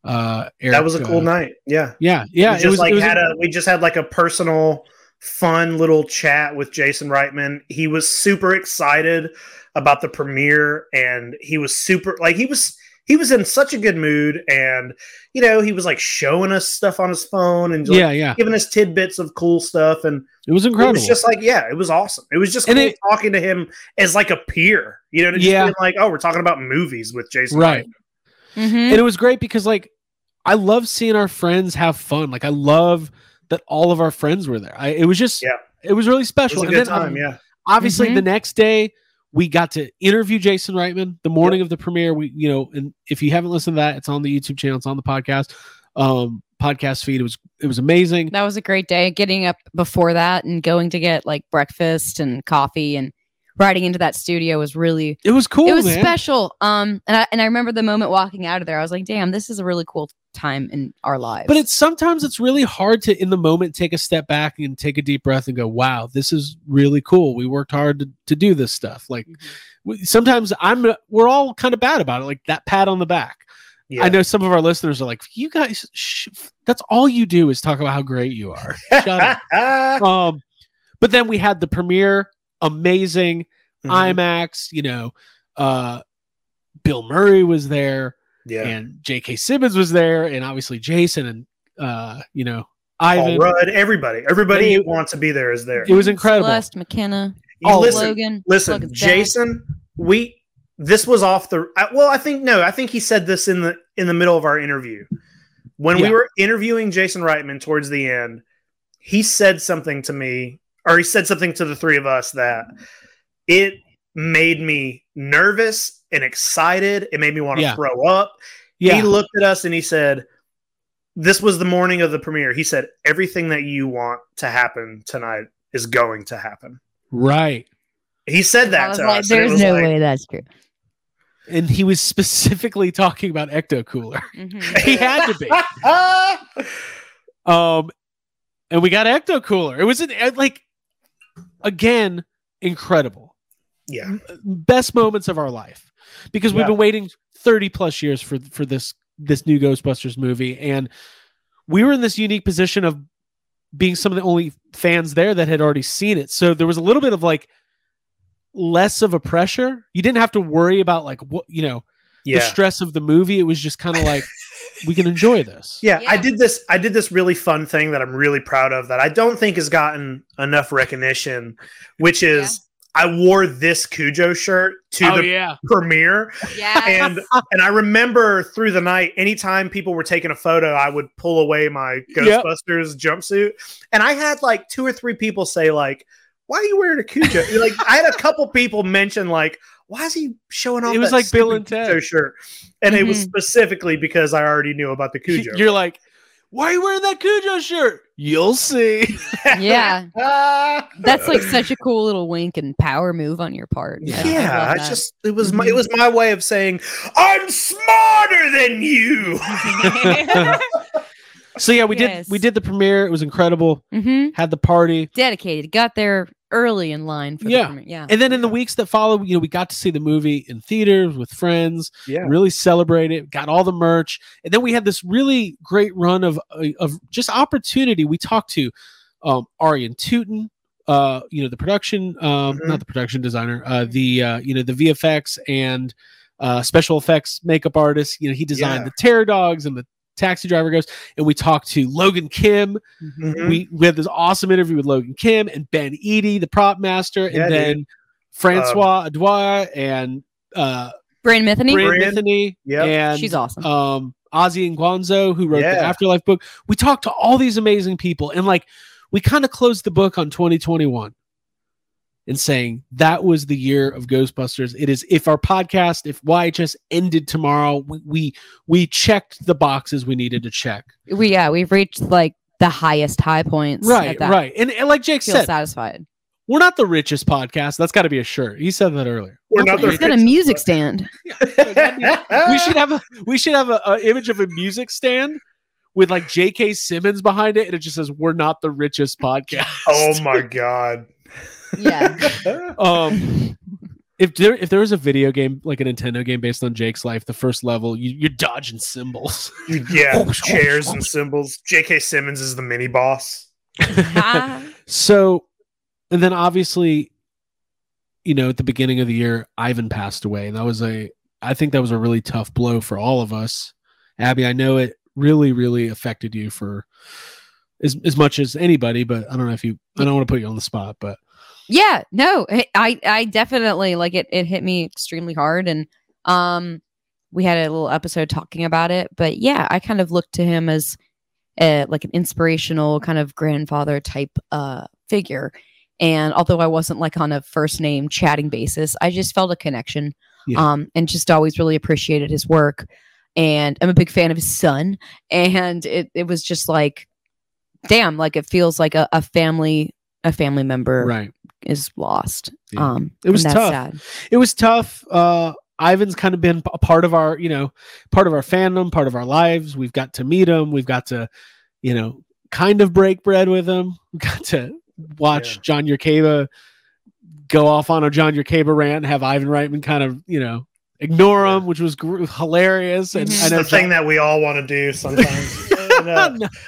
S1: uh, Eric.
S10: that was a cool
S1: uh,
S10: night. Yeah.
S1: Yeah,
S10: we
S1: yeah.
S10: just like had a we just had like a personal fun little chat with Jason Reitman. He was super excited about the premiere and he was super like he was he was in such a good mood and you know he was like showing us stuff on his phone and like,
S1: yeah, yeah.
S10: giving us tidbits of cool stuff and
S1: It was
S10: it
S1: incredible.
S10: was just like yeah it was awesome it was just
S1: And
S10: cool
S1: it-
S10: talking to him as like a peer you know to just
S1: Yeah.
S10: being like oh we're talking about movies with Jason
S1: Right.
S10: Reitman.
S9: Mhm.
S1: and it was great because like I love seeing our friends have fun. Like I love that all of our friends were there. I, it was just
S10: Yeah.
S1: it was really
S10: it was
S1: special.
S10: a
S1: And
S10: good
S1: then, um,
S10: time yeah
S1: obviously
S9: Mhm.
S1: the next day we got to interview Jason Reitman the morning of the premiere. We, you know, and if you haven't listened to that, it's on the YouTube channel, it's on the podcast, um, podcast feed. It was it was amazing.
S9: That was a great day. Getting up before that and going to get like breakfast and coffee and riding into that studio was really
S1: It was cool.
S9: it was
S1: man.
S9: special. Um and I and I remember the moment walking out of there. I was like, damn, this is a really cool time in our lives.
S1: But it's sometimes it's really hard to in the moment take a step back and take a deep breath and go, "Wow, this is really cool. We worked hard to, to do this stuff." Like we, sometimes I'm we're all kind of bad about it, like that pat on the back.
S10: yeah
S1: I know some of our listeners are like, "You guys, sh- that's all you do is talk about how great you are." Shut up. Um, but then we had the premiere, amazing
S10: Mhm.
S1: IMAX. You know, uh, Bill Murray was there
S10: yeah
S1: and J.K. Simmons was there, and obviously Jason and uh, you know
S10: Paul
S1: Ivan.
S10: Rudd, everybody, everybody
S1: They-
S10: you want to be there is there.
S1: It was incredible.
S9: Celeste, McKenna,
S10: You
S1: all
S10: Oh, listen,
S9: Logan.
S10: listen,
S9: Logan's dad.
S10: Jason. We this was off the I, well. I think no. I think he said this in the in the middle of our interview when
S1: Yeah.
S10: we were interviewing Jason Reitman towards the end. He said something to me, or he said something to the three of us that it made me nervous and excited. It made me want to
S1: Yeah.
S10: throw up. He
S1: Yeah,
S10: looked at us and he said, This was the morning of the premiere. He said, Everything that you want to happen tonight is going to happen.
S1: right.
S10: He said
S9: I
S10: that
S9: was
S10: to
S9: like,
S10: us. and it
S9: there's
S10: was
S9: no
S10: like-
S9: way that's true.
S1: And he was specifically talking about Ecto Cooler.
S9: Mhm.
S1: he had to be.
S10: Ah!
S1: Um, and we got Ecto Cooler. It was an, uh, like again incredible,
S10: Yeah.
S1: best moments of our life because we've
S10: Yeah.
S1: been waiting thirty plus years for for this this new Ghostbusters movie, and we were in this unique position of being some of the only fans there that had already seen it. So there was a little bit of like less of a pressure. You didn't have to worry about like what you know
S10: Yeah.
S1: the stress of the movie. It was just kind of like we can enjoy this.
S10: yeah, I
S9: Yeah.
S10: did this. I did this really fun thing that I'm really proud of that I don't think has gotten enough recognition, which is I wore this Cujo shirt to the
S1: yeah,
S10: premiere,
S9: Yeah.
S10: and and I remember through the night, anytime people were taking a photo, I would pull away my
S1: Yep.
S10: Ghostbusters jumpsuit, and I had like two or three people say like, "Why are you wearing a Cujo?" like I had a couple people mention like, "Why is he showing off?"
S1: It was
S10: that
S1: like Bill and
S10: stupid
S1: Ted. Mm-hmm.
S10: Cujo shirt, and it was
S9: Mhm.
S10: specifically because I already knew about the Cujo.
S1: you're like, why are you wearing that Cujo shirt? You'll see.
S9: yeah.
S10: Ah!
S9: That's like such a cool little wink and power move on your part. I- I love
S10: Yeah, I
S9: that.
S10: just it was
S1: Mm-hmm.
S10: my it was my way of saying I'm smarter than you.
S1: So yeah, we
S9: Yes.
S1: did we did the premiere. It was incredible.
S9: Mhm.
S1: Had the party.
S9: dedicated. Got there early in line for
S1: Yeah.
S9: the premiere. Yeah.
S1: And then in the weeks that followed, you know, we got to see the movie in theaters with friends,
S10: Yeah.
S1: really celebrate it, got all the merch. And then we had this really great run of uh, of just opportunity. We talked to um Arian Tootin, uh, you know, the production, um,
S10: Mhm.
S1: not the production designer, uh, the uh, you know, the VFX and uh special effects makeup artist. You know, he designed
S10: Yeah.
S1: the terror dogs and the taxi driver goes and we talked to logan kim
S10: Mhm.
S1: we, we had this awesome interview with Logan Kim and Ben Eady, the prop master, and
S10: Yeah, dude. Um,
S1: then Francois Adouar and uh
S9: Brain Metheny.
S1: Brian
S10: Brand.
S1: Anthony
S10: Yep.
S1: and
S9: She's awesome.
S1: um Ozzy and Guanzo, who wrote the
S10: Yeah.
S1: Afterlife book. We talked to all these amazing people and like we kind of closed the book on 2021 and saying that was the year of Ghostbusters. It is if our podcast, if YHS ended tomorrow, we we, we checked the boxes we needed to check.
S9: we yeah, we've reached like the highest high points.
S1: Right,
S9: at that.
S1: right. And, and like Jake
S9: Feel
S1: said,
S9: satisfied.
S1: We're not the richest podcast. That's got to be a shirt. He said that earlier.
S10: We're
S9: That's
S10: not
S9: what-
S10: the
S9: He's got a music stand.
S1: We should have a we should have a, a image of a music stand with like J.K. Simmons behind it, and it just says "We're not the richest podcast."
S10: Oh my god.
S9: Yeah.
S1: Um, if there if there was a video game like a Nintendo game based on Jake's life, the first level you, you're dodging symbols.
S10: yeah,
S1: Oh,
S10: chairs and cymbals. J.K. Simmons is the mini boss.
S1: So, and then obviously, you know, at the beginning of the year, Ivan passed away, and that was a, I think that was a really tough blow for all of us. Abby, I know it really, really affected you for as as much as anybody, but I don't know if you, I don't want to put you on the spot, but
S9: yeah no I- i i definitely like it it hit me extremely hard and um we had a little episode talking about it but yeah i kind of looked to him as uh, like an inspirational kind of grandfather type uh figure and although i wasn't like on a first name chatting basis i just felt a connection
S1: Yeah.
S9: um and just always really appreciated his work and i'm a big fan of his son and it, it was just like damn like it feels like a, a family a family member
S1: right,
S9: is lost.
S1: Yeah.
S9: Um,
S1: It was
S9: and
S1: tough.
S9: Sad.
S1: it was tough. Uh, Ivan's kind of been a part of our, you know, part of our fandom, part of our lives. We've got to meet him. We've got to, you know, kind of break bread with him. We've got to watch
S10: Yeah.
S1: John Yerkeva go off on a John Yerkeva rant and have Ivan Reitman kind of, you know, ignore him, which was gr- hilarious. And
S9: Mhm.
S10: It's
S1: I know
S10: the thing that we all want to do sometimes. No,
S1: No,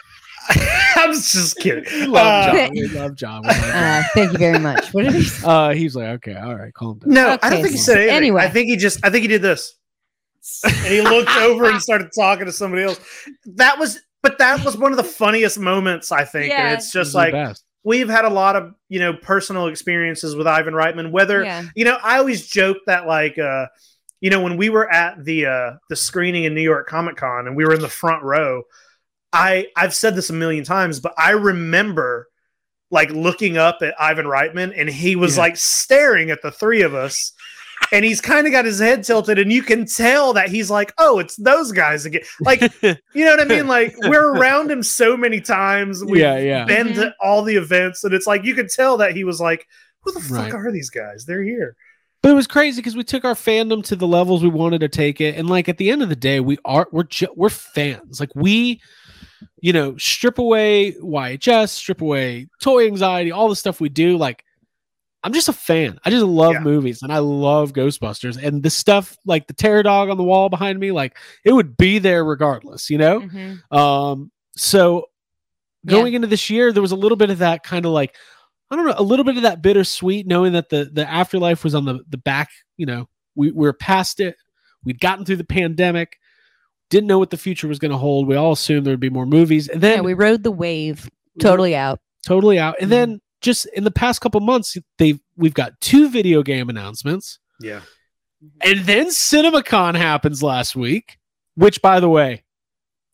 S10: I'm just kidding.
S1: we love
S10: Uh,
S1: John. We love John. We love John.
S9: Uh, thank you very much. What did he say?
S1: Uh, he was like, okay, all right, calm down.
S10: No, I
S9: Okay,
S10: don't think he said anything.
S9: anyway.
S10: I think he just I think he did this. And he looked over and started talking to somebody else. That was but that was one of the funniest moments, I think.
S9: Yeah.
S10: And it's
S1: This is
S10: just
S1: the
S10: like
S1: best.
S10: we've had a lot of, you know, personal experiences with Ivan Reitman, whether
S9: Yeah.
S10: you know i always joke that like uh you know when we were at the uh the screening in new york comic con and we were in the front row i i've said this a million times but i remember like looking up at ivan reitman and he was
S1: Yeah.
S10: like staring at the three of us and he's kind of got his head tilted and you can tell that he's like oh it's those guys again like you know what i mean like we're around him so many times we've
S1: yeah, yeah.
S10: been
S9: Mm-hmm.
S10: to all the events and it's like you could tell that he was like who the
S1: Right.
S10: fuck are these guys they're here
S1: But it was crazy because we took our fandom to the levels we wanted to take it, and like at the end of the day, we are we're ju- we're fans. Like we, you know, strip away YHS, strip away toy anxiety, all the stuff we do. Like I'm just a fan. I just love
S10: Yeah.
S1: movies, and I love Ghostbusters, and the stuff like the terror dog on the wall behind me. Like it would be there regardless, you know. Um, so going into this year, there was a little bit of that kind of like, I don't know, a little bit of that bittersweet, knowing that the the afterlife was on the the back. You know, we, we were past it. We'd gotten through the pandemic. Didn't know what the future was going to hold. We all assumed there would be more movies, and then
S9: yeah, we rode the wave totally out.
S1: totally out. And then
S10: Mm-hmm.
S1: just in the past couple months, they've we've got two video game announcements,
S10: Yeah.
S1: and then CinemaCon happens last week. Which, by the way,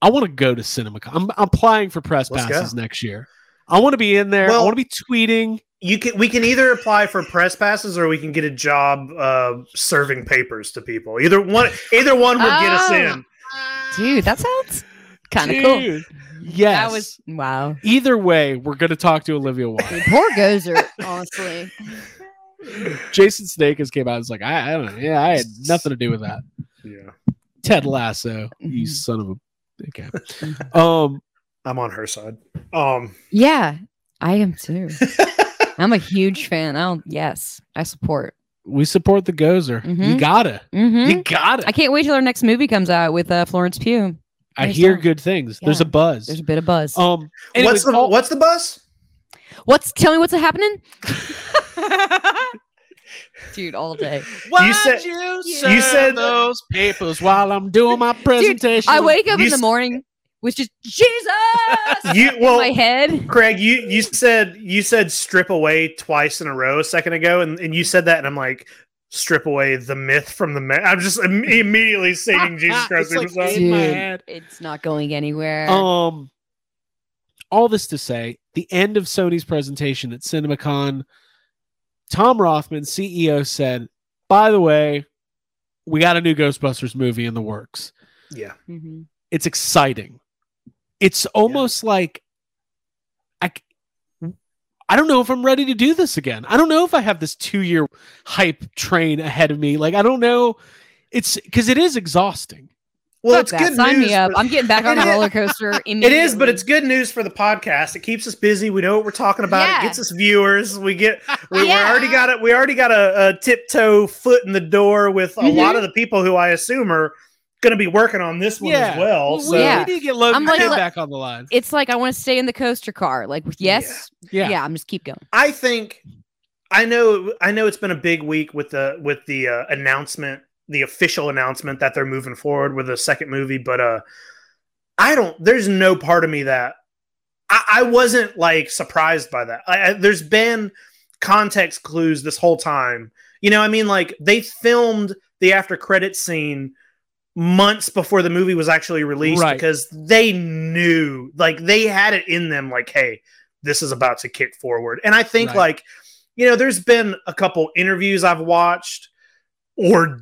S1: I want to go to CinemaCon. I'm, I'm applying for press
S10: Let's
S1: passes next year. I want to be in there. I
S10: Well-
S1: want to be tweeting.
S10: You can we can either apply for press passes or we can get a job uh, serving papers to people. Either one either one would get
S9: Oh.
S10: us in.
S9: Dude, that sounds kind of cool.
S1: Dude, Yes.
S9: That was wow.
S1: Either way, we're going to talk to Olivia Wilde.
S9: Dude, poor Gozer, honestly.
S1: Jason Sudeikis came out. and was like, I, I don't know. Yeah, I had nothing to do with that.
S10: Yeah.
S1: Ted Lasso,
S10: Mm-hmm.
S1: you son of a. Okay. Um,
S10: I'm on her side. Um
S9: Yeah, I am too. I'm a huge fan. I'll yes, I support.
S1: we support the Gozer. You
S10: Mm-hmm.
S9: Mhm.
S1: gotta.
S9: hmm
S1: You gotta.
S9: I can't wait till our next movie comes out with uh, Florence Pugh.
S1: I
S9: there's
S1: hear
S9: some-
S1: good things. There's a
S9: yeah,
S1: buzz.
S9: There's a bit of buzz.
S1: um,
S10: what's
S1: anyways,
S10: the
S1: all-
S10: what's the bus?
S9: What's tell me what's happening? Dude, all day.
S1: Why'd
S10: said-
S1: you,
S10: you
S1: sign
S10: said-
S1: those papers while I'm doing my presentation.
S9: I wake up
S10: You
S9: in the
S10: s-
S9: morning with just Jesus
S10: You
S9: in
S10: well
S9: my head.
S10: Craig, you you said you said strip away twice in a row a second ago, and, and you said that, and I'm like, strip away the myth from the man. I'm just Im- immediately saving Jesus Christ.
S1: It's like
S10: superstar.
S1: in my
S9: Dude.
S1: head.
S9: It's not going anywhere.
S1: Um, all this to say, the end of Sony's presentation at CinemaCon, Tom Rothman, CEO, said, "By the way, we got a new Ghostbusters movie in the works.
S10: yeah,
S9: Mhm.
S1: It's exciting. It's almost like I." c- I don't know if I'm ready to do this again. I don't know if I have this two year hype train ahead of me. Like, I don't know. It's because it is exhausting.
S10: well,
S9: Fuck
S10: it's
S9: that.
S10: good
S9: Sign
S10: news.
S9: me up.
S10: but-
S9: I'm getting back on
S10: It
S9: the
S10: is-
S9: roller coaster.
S10: it is, but it's good news for the podcast. It keeps us busy. We know what we're talking about.
S9: Yeah.
S10: It gets us viewers. We get we,
S9: Yeah.
S10: we already got it. We already got a, a tiptoe foot in the door with a
S9: Mhm.
S10: lot of the people who I assume are going to be working on this one
S1: Yeah.
S10: as well.
S1: Well,
S10: So
S1: we,
S9: Yeah.
S1: we need to get Logan
S9: I'm like-
S1: Kid
S9: like-
S1: back on the line.
S9: it's like I want to stay in the coaster car. Like yes, yeah, I'm just keep going.
S10: I think I know I know it's been a big week with the with the uh, announcement, the official announcement that they're moving forward with a second movie, but uh I don't there's no part of me that I, I wasn't like surprised by that. I, I, there's been context clues this whole time. You know, I mean like they filmed the after credit scene months before the movie was actually released
S1: Right.
S10: because they knew like they had it in them like hey this is about to kick forward. And I think
S1: Right.
S10: like, you know, there's been a couple interviews I've watched or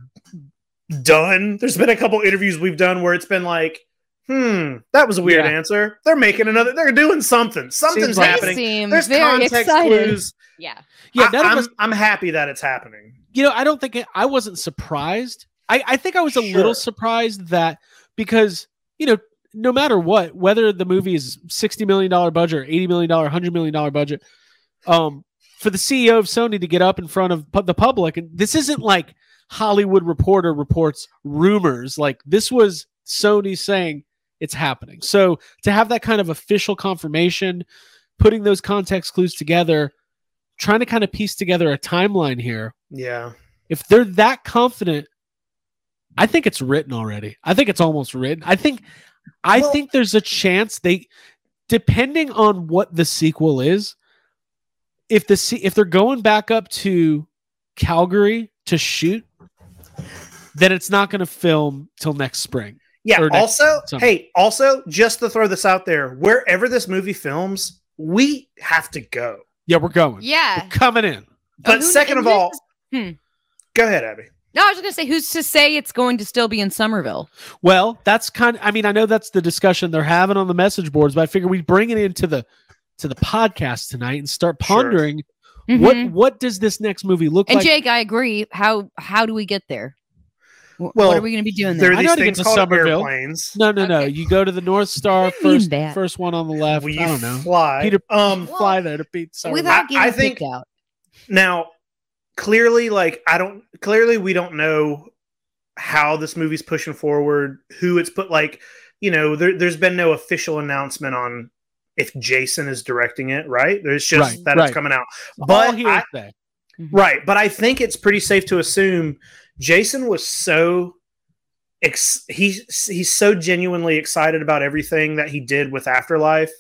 S10: done. There's been a couple interviews we've done where it's been like, hmm, that was a weird
S1: Yeah.
S10: answer. They're making another, they're doing something. Something's
S1: Seems like-
S10: happening.
S9: They seem
S10: There's
S9: very
S10: context
S9: excited.
S10: clues.
S9: Yeah,
S1: Yeah,
S10: I,
S1: none
S10: am
S1: of us.
S10: I'm happy that it's happening.
S1: You know, I don't think it, I wasn't surprised. I, I think I was a little
S10: Sure.
S1: surprised that because you know, no matter what, whether the movie is sixty million dollar budget, or eighty million dollar, hundred million dollar budget, um, for the CEO of Sony to get up in front of pu- the public, and this isn't like Hollywood Reporter reports rumors. Like this was Sony saying it's happening. So to have that kind of official confirmation, putting those context clues together, trying to kind of piece together a timeline here
S10: Yeah.
S1: if they're that confident, I think it's written already. I think it's almost written. I think I
S10: Well-
S1: think there's a chance they depending on what the sequel is, if the se- if they're going back up to Calgary to shoot, then it's not going to film till next spring.
S10: Yeah.
S1: Or next
S10: Also,
S1: summer.
S10: hey, also, just to throw this out there, wherever this movie films, we have to go.
S1: Yeah, we're going.
S9: yeah.
S1: We're coming in.
S10: But
S9: Oh, who-
S10: second
S9: and
S10: of
S9: who's
S10: all,
S9: Hmm.
S10: go ahead, Abby.
S9: No, I was just gonna say, who's to say it's going to still be in Somerville?
S1: Well, that's kind I mean, I know that's the discussion they're having on the message boards, but I figure we bring it into the to the podcast tonight and start
S10: Sure.
S1: pondering
S9: Mhm.
S10: Mm-hmm.
S1: What what does this next movie look
S9: And
S1: like?
S9: Jake, I agree. How how do we get there? Wh-
S10: Well,
S9: what are we gonna be doing
S10: There
S9: there?
S10: are
S1: I
S10: these
S1: gotta get
S10: things
S1: to
S10: called
S1: Somerville.
S10: airplanes.
S1: no, no, no.
S9: Okay.
S1: You go to the North Star
S9: I mean
S1: first,
S9: that.
S1: first one on the left.
S10: We
S1: I don't know.
S10: fly.
S1: Peter-
S10: um,
S9: Well,
S1: Fly there to beat. Sorry.
S10: I- I think-
S9: picked out.
S10: now, clearly, like I don't. Clearly, we don't know how this movie's pushing forward. Who it's put like, you know, there, there's been no official announcement on if Jason is directing it, right? It's just
S1: Right,
S10: that
S1: right.
S10: it's coming out.
S1: All
S10: But
S1: hearsay.
S10: I, right, but I think it's pretty safe to assume Jason was so ex- he's he's so genuinely excited about everything that he did with Afterlife,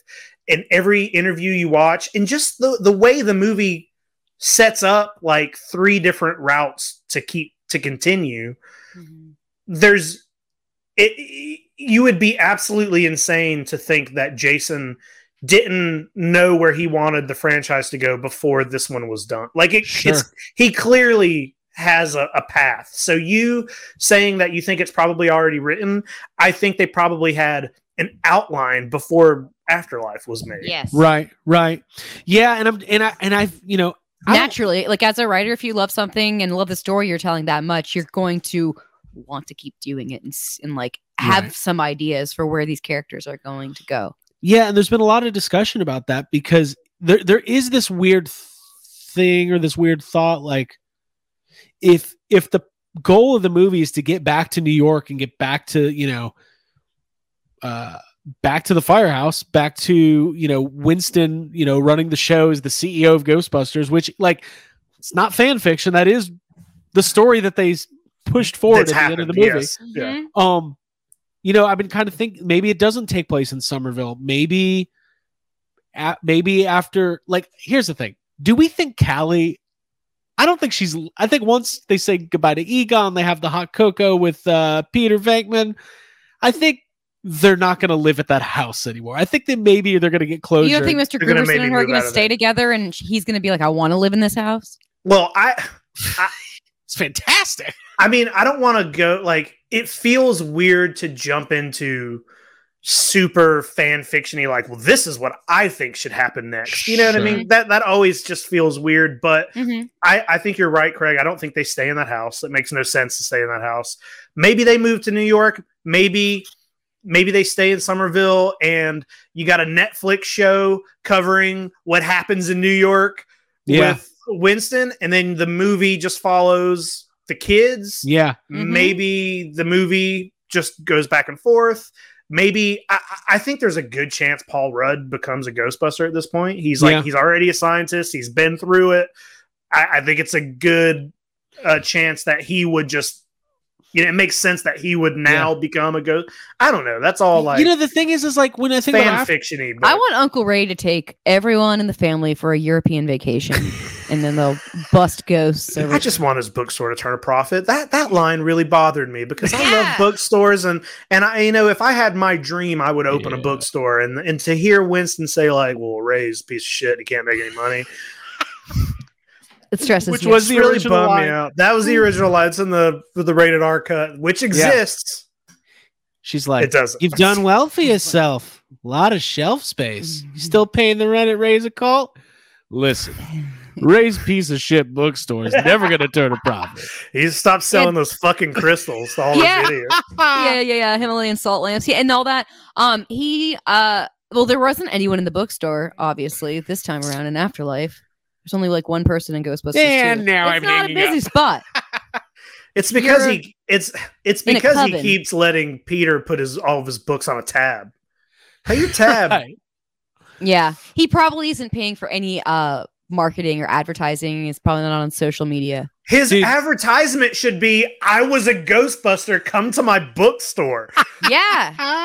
S10: and every interview you watch, and just the the way the movie sets up like three different routes to keep to continue. Mm-hmm. There's it you would be absolutely insane to think that Jason didn't know where he wanted the franchise to go before this one was done. Like it,
S1: Sure.
S10: it's he clearly has a, a path. So you saying that you think it's probably already written, I think they probably had an outline before Afterlife was made.
S9: Yes.
S1: Right, right. Yeah, and I'm and I and I've you know I don't-
S9: Naturally, like as a writer, if you love something and love the story you're telling that much, you're going to want to keep doing it and, s- and like have
S1: Right.
S9: some ideas for where these characters are going to go.
S1: Yeah, and there's been a lot of discussion about that because there there is this weird th- thing or this weird thought like if if the goal of the movie is to get back to New York and get back to, you know, uh back to the firehouse, back to, you know, Winston, you know, running the show as the CEO of Ghostbusters, which like it's not fan fiction, that is the story that they s- pushed forward
S10: That's
S1: at the end of the movie.
S10: yes. Yeah.
S1: Um, you know, I've been kind of thinking maybe it doesn't take place in Somerville. Maybe, a- maybe after like here's the thing: Do we think Callie? I don't think she's. I think once they say goodbye to Egon, they have the hot cocoa with uh, Peter Venkman. I think they're not going to live at that house anymore. I think that maybe they're going to get closure.
S9: You don't think Mr.
S10: They're gonna
S9: Gruberson
S10: maybe
S9: and her are
S10: move
S9: going
S10: out
S9: to
S10: of
S9: stay
S10: there.
S9: together and sh- he's going to be like, I want to live in this house?
S10: Well, I
S1: it's fantastic?
S10: I mean, I don't want to go like it feels weird to jump into super fan fictiony like, well, this is what I think should happen next. You know what I
S1: Sure.
S10: mean? That that always just feels weird, but
S9: Mhm.
S10: I, I think you're right, Craig. I don't think they stay in that house. It makes no sense to stay in that house. Maybe they move to New York. Maybe maybe they stay in Somerville and you got a Netflix show covering what happens in New York
S1: Yeah,
S10: with Winston, and then the movie just follows the kids.
S1: yeah,
S9: Mhm.
S10: Maybe the movie just goes back and forth. Maybe I, I- I think there's a good chance Paul Rudd becomes a Ghostbuster at this point. He's like
S1: Yeah.
S10: he's already a scientist. He's been through it. I, I think it's a good uh, chance that he would just. You know, it makes sense that he would now become a ghost. I don't know. That's all like
S1: you know the thing is, is like when I think about
S10: fan
S1: after-
S10: fictiony. But
S9: I want Uncle Ray to take everyone in the family for a European vacation and then they'll bust ghosts over.
S10: I just want his bookstore to turn a profit. That that line really bothered me because I
S9: Yeah.
S10: love bookstores and and I you know if I had my dream I would open a
S1: Yeah.
S10: bookstore and and to hear Winston say like well Ray's a piece of shit he can't make any money
S9: it stresses
S10: which
S9: me.
S10: was
S1: the
S10: really
S1: original
S10: bummed
S1: line. Mm.
S10: me out. That was the original line. It's in the the rated R cut which exists.
S1: she's like,
S10: It doesn't.
S1: You've done well for yourself. A lot of shelf space. You still paying the rent at Ray's a cult? Listen, Ray's piece of shit bookstore is never going to turn a profit.
S10: He stopped selling those fucking crystals to all yeah.
S9: Yeah.
S10: the idiots.
S1: Ah.
S9: yeah, yeah, yeah. Himalayan salt lamps. Yeah, and all that. Um, he uh well, there wasn't anyone in the bookstore, obviously, this time around in afterlife. There's only like one person in Ghostbusters.
S1: Yeah,
S9: 2.
S1: now
S9: it's
S1: I'm
S9: not a
S1: hanging out.
S9: busy spot.
S10: It's because
S9: You're
S10: he it's it's
S9: in a
S10: because he
S9: coven.
S10: keeps letting Peter put his all of his books on a tab. Pay your tab.
S1: Right.
S9: Yeah. He probably isn't paying for any uh marketing or advertising. It's probably not on social media.
S10: His
S1: Dude.
S10: advertisement should be I was a Ghostbuster, come to my bookstore.
S9: Yeah.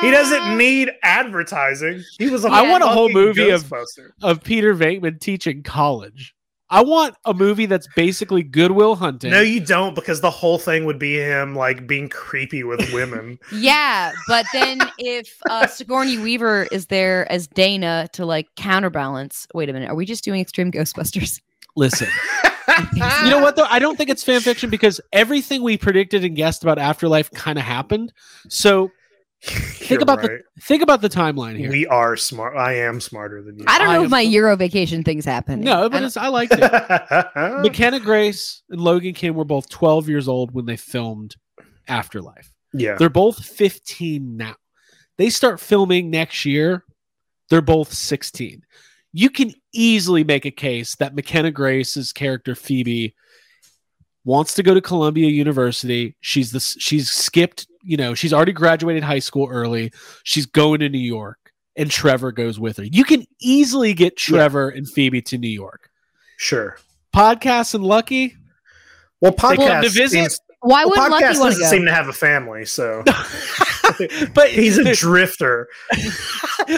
S10: he doesn't need advertising. He was a
S9: I want
S1: a whole
S10: fucking
S1: movie of-
S10: Ghostbuster.
S1: Of Peter Venkman teaching college. I want a movie that's basically Goodwill Hunting.
S10: No, you don't, because the whole thing would be him like being creepy with women.
S9: Yeah, but then if uh, Sigourney Weaver is there as Dana to like counterbalance, wait a minute, are we just doing extreme Ghostbusters?
S1: Listen, you know what though? I don't think it's fan fiction because everything we predicted and guessed about Afterlife kind of happened. So
S10: Think
S1: about the- think about the timeline here.
S10: we are smart. I am smarter than you.
S9: I don't
S1: I
S9: know if
S1: have-
S9: my Euro vacation thing's happening.
S1: no,
S9: I
S1: but
S9: don't-
S1: it's, I liked it. McKenna Grace and Logan Kim were both 12 years old when they filmed Afterlife.
S10: yeah.
S1: They're both 15 now. They start filming next year. They're both 16. You can easily make a case that McKenna Grace's character Phoebe wants to go to Columbia University. She's the she's skipped, you know, she's already graduated high school early. She's going to New York and Trevor goes with her. You can easily get Trevor and Phoebe to New York.
S10: Sure.
S1: Podcast and Lucky.
S10: Well, podcast
S1: to visit?
S10: seems-
S9: Why
S10: well,
S9: would
S10: podcast
S9: Lucky want to
S10: doesn't
S9: go?
S10: seem to have a family, so
S1: but
S10: he's a
S1: they're,
S10: drifter.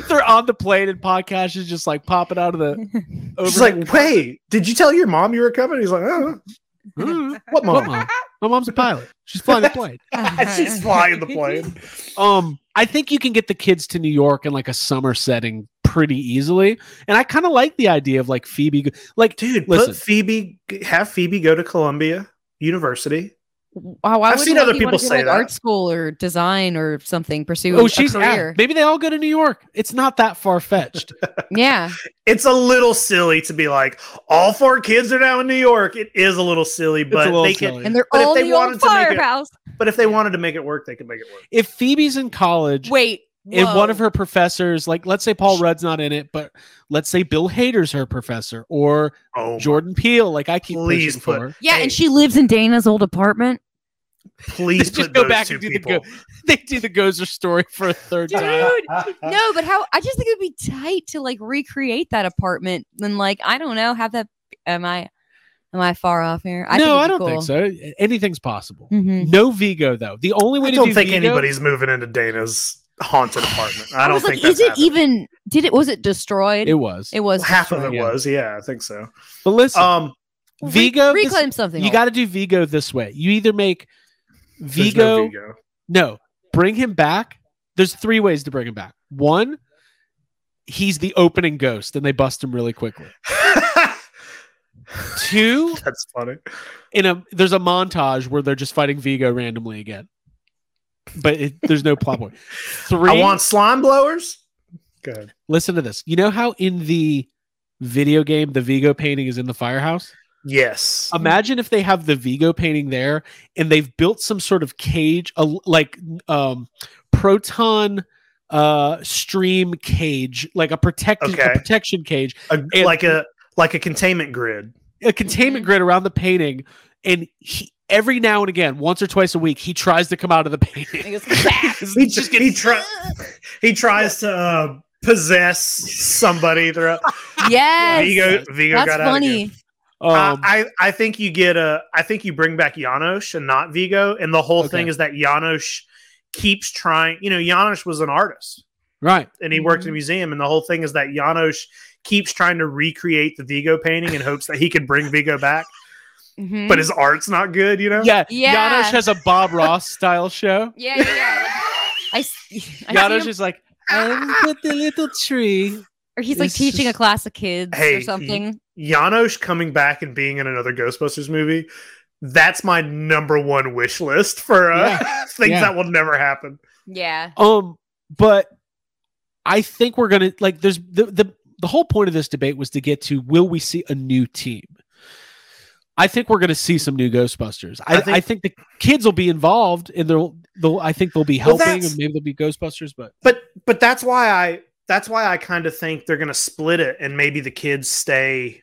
S1: they're on the plane and podcast is just like popping out of the.
S10: She's
S1: overhead
S10: like, "Wait, did you tell your mom you were coming?" He's like, "Oh,
S1: Mhm. What,
S10: what mom?"
S1: mom? My mom's a pilot. She's flying the plane.
S10: She's flying the plane.
S1: Um, I think you can get the kids to New York in like a summer setting pretty easily, and I kind of like the idea of like Phoebe. go- Like,
S10: Dude,
S1: Listen.
S10: put Phoebe, have Phoebe go to Columbia University.
S9: Wow, why
S10: I've
S9: would
S10: seen other
S9: Lucky
S10: people
S9: wanna do,
S10: say
S9: like,
S10: that.
S9: art school or design or something. Pursue
S1: oh, she's
S9: a
S1: yeah,
S9: career.
S1: maybe they all go to New York. It's not that far fetched.
S9: Yeah,
S10: It's a little silly to be like, all four kids are now in New York. It is a little silly, but
S1: little
S10: they can.
S1: silly.
S9: and they're
S10: But if
S9: all
S10: they
S9: the old
S10: wanted to make it-
S9: firehouse.
S10: But if they wanted to make it work, they could make it work.
S1: if Phoebe's in college
S9: Wait,
S1: and
S9: whoa.
S1: one of her professors, like let's say Paul Rudd's not in it, but let's say Bill Hader's her professor or
S10: Oh, my-
S1: Jordan Peele, like I keep
S10: Please
S1: pushing
S10: put-
S1: for.
S9: Yeah,
S10: Hey.
S9: and she lives in Dana's old apartment.
S10: please
S1: They just
S10: put
S1: go
S10: those
S1: back
S10: two
S1: and do the
S10: people.
S1: go- They do the Gozer story for a third time.
S10: Uh,
S9: no, but how? I just think it'd be tight to like recreate that apartment and like I don't know, have that. Am I? Am I far off here? I
S1: no, I don't
S9: think it'd be
S1: think so. Anything's possible.
S9: cool. Mhm.
S1: No Vigo though. The only way
S10: I
S1: to
S10: don't
S1: do
S10: think
S1: Vigo-
S10: anybody's moving into Dana's haunted apartment. I, don't
S9: was
S10: think
S9: like,
S10: that's
S9: is it
S10: happening.
S9: even? Did it? Was it destroyed?
S1: It was.
S9: It was
S10: half of
S9: destroyed.
S10: it
S1: yeah.
S10: was. Yeah, I think so.
S1: but listen,
S10: Um,
S9: Re-
S1: Vigo. this-
S9: reclaim something.
S1: you
S9: old.
S1: got to do Vigo this way. You either make
S10: there's
S1: Vigo.
S10: no
S1: No, bring him back. There's three ways to bring him back. One, he's the opening ghost, and they bust him really quickly.
S10: Vigo.
S1: Two,
S10: that's funny.
S1: in a there's a montage where they're just fighting Vigo randomly again, but it, there's no plot point. Three,
S10: I want slime blowers. Go ahead.
S1: listen to this. You know how in the video game the Vigo painting is in the firehouse?
S10: Yes.
S1: imagine if they have the vigo painting there and they've built some sort of cage a, like um proton uh stream cage like a protection
S10: Okay.
S1: a protection cage
S10: A-
S1: and-
S10: like a like a containment grid.
S1: a
S9: Mm-hmm.
S1: containment grid around the painting and he every now and again once or twice a week he tries to come out of the painting
S10: He just he, try, he tries to uh, possess somebody throughout.
S9: yes.
S10: Vigo Vigo
S9: That's
S10: got out. Again.
S9: funny.
S10: Uh,
S1: um,
S10: I I think you get a I think you bring back Janosch and not Vigo, and the whole thing
S1: Okay.
S10: is that Janosch keeps trying. You know, Janosch was an artist
S1: right
S10: and he worked
S9: Mm-hmm.
S10: in a museum, and the whole thing is that Janosch keeps trying to recreate the Vigo painting in hopes that he could bring Vigo back,
S9: Mhm.
S10: but his art's not good. You know,
S1: yeah
S9: Yeah.
S1: Janosch has a bob ross style show
S9: yeah, yeah, yeah. I, s- I see
S1: Janosch
S9: him-
S1: is like i'm with the little tree
S9: or he's like
S1: it's
S9: teaching
S1: just-
S9: a class of kids
S10: Hey,
S9: or
S10: he-
S9: something.
S10: Janosch coming back and being in another Ghostbusters movie, that's my number one wish list for uh, things
S1: Yeah.
S10: that will never happen.
S9: yeah.
S1: Um, but I think we're gonna like. There's the the the whole point of this debate was to get to will we see a new team. I think we're gonna see some new Ghostbusters. I,
S10: I
S1: I think,
S10: think-
S1: the kids will be involved, and they'll they'll I think they'll be
S10: Well,
S1: helping,
S10: that's-
S1: and maybe they'll be Ghostbusters. But
S10: But but that's why I that's why I kind of think they're gonna split it and maybe the kids stay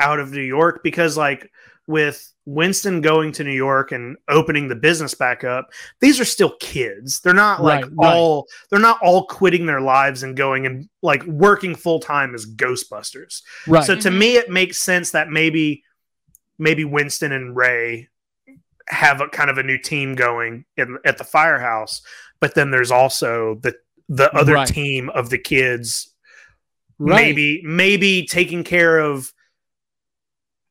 S10: out of New York because like with Winston going to New York and opening the business back up, these are still kids. They're not like
S1: Right, right.
S10: all they're not all quitting their lives and going and like working full time as Ghostbusters.
S1: right,
S10: So to
S9: Mhm.
S10: me, it makes sense that maybe maybe Winston and Ray have a kind of a new team going in, at the firehouse, but then there's also the the other
S1: Right.
S10: team of the kids
S1: right.
S10: maybe maybe taking care of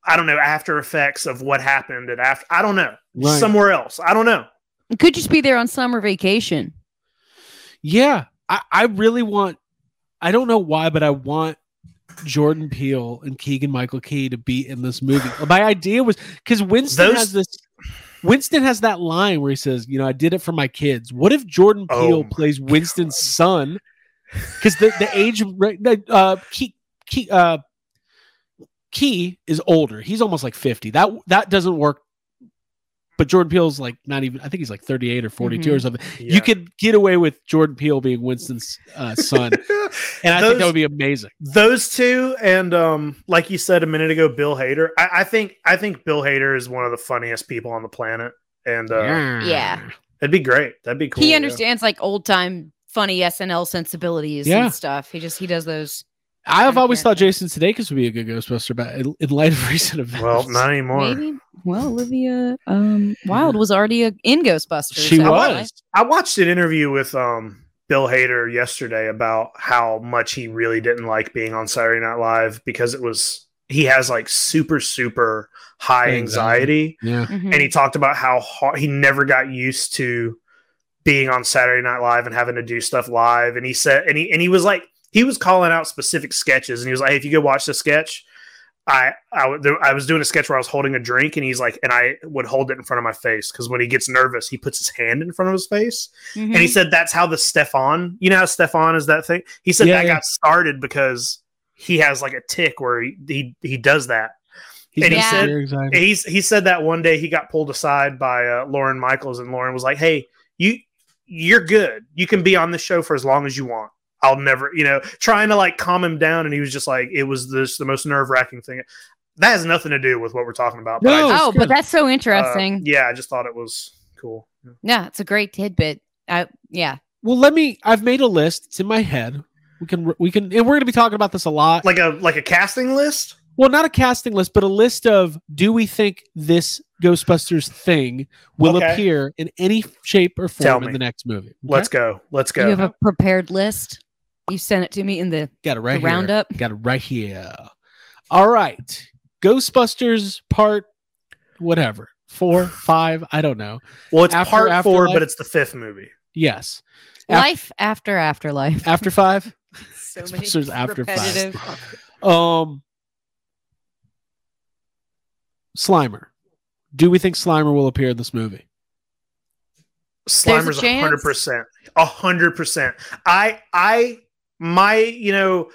S10: I don't know after effects of what happened and after I don't know
S1: Right.
S10: somewhere else I don't know
S9: It could just be there on summer vacation.
S1: yeah. I I really want. I don't know why, but I want Jordan Peele and Keegan Michael Key to be in this movie. My idea was because Winston
S10: Those-
S1: has this. Winston has that line where he says, "You know, I did it for my kids." What if Jordan
S10: Oh
S1: Peele
S10: my
S1: plays Winston's son? Because the the age right no, uh, Key Key uh, Key is older. He's almost like fifty. That that doesn't work. But Jordan Peele's like not even. I think he's like thirty eight or forty
S10: Mm-hmm.
S1: or something.
S10: Yeah.
S1: You could get away with Jordan Peele being Winston's uh, son, and I think that
S10: Those-
S1: would be amazing.
S10: those two and um like you said a minute ago bill hader i, I think i think bill hader is one of the funniest people on the planet and uh
S9: Yeah.
S10: it'd be great that'd be cool
S9: he
S10: yeah.
S9: understands like old time funny SNL sensibilities
S1: Yeah.
S9: and stuff. He just he does those.
S1: I have
S9: I
S1: always thought
S9: can't-
S1: Jason Sudeikis would be a good Ghostbuster, but in- in light of recent events,
S10: Well, not anymore.
S9: Maybe. Well, Olivia um, Wilde was already a, in Ghostbusters.
S1: She
S9: so-
S1: was.
S10: I watched an interview with um, Bill Hader yesterday about how much he really didn't like being on Saturday Night Live because it was he has like super super high
S1: Anxiety.
S10: anxiety,
S1: yeah,
S9: Mhm.
S10: and he talked about how hard he never got used to being on Saturday Night Live and having to do stuff live. And he said, and he and he was like, he was calling out specific sketches, and he was like, hey, if you go watch this sketch. I I, w- there- I was doing a sketch where I was holding a drink and he's like and I would hold it in front of my face because when he gets nervous he puts his hand in front of his face
S9: Mhm.
S10: and he said that's how the Stefan, you know how Stefan is that thing? He said
S1: Yeah,
S10: that
S1: yeah.
S10: got started because he has like a tick where he he, he does that. And
S9: he
S1: got
S9: said-
S1: severe anxiety.
S10: And He's he said that one day he got pulled aside by uh, Lauren Michaels and Lauren was like, "Hey, you you're good. You can be on this show for as long as you want." I'll never, you know, trying to like calm him down, and he was just like, "It was this the most nerve wracking thing." That has nothing to do with what we're talking about.
S1: No,
S10: I just,
S9: oh,
S1: it's
S9: but
S1: good.
S9: that's so
S10: uh,
S9: interesting.
S10: yeah, I just thought it was cool.
S9: yeah. it's a great tidbit. I, yeah.
S1: Well, let me. I've made a list. It's in my head. We can. We can. And we're going to be talking about this a lot.
S10: Like a like a casting list.
S1: Well, not a casting list, but a list of do we think this Ghostbusters thing will
S10: Okay.
S1: appear in any shape or
S10: Tell
S1: form in
S10: me.
S1: the next movie?
S10: Let's go. Let's go.
S9: You have a prepared list. You sent it to me in the,
S1: got it right here.
S9: the roundup.
S1: Got it right here. All right, Ghostbusters part whatever four five I don't know.
S10: Well, it's
S1: After
S10: part four,
S1: Afterlife?
S10: but it's the fifth movie.
S1: Yes, Af-
S9: Life after afterlife.
S1: after five.
S9: so
S1: many Ghostbusters after five. repetitive-
S9: five.
S1: Um, Slimer. Do we think Slimer will appear in this movie?
S9: a
S10: Slimer's
S9: chance.
S10: hundred percent, hundred percent. I, I, my, you know,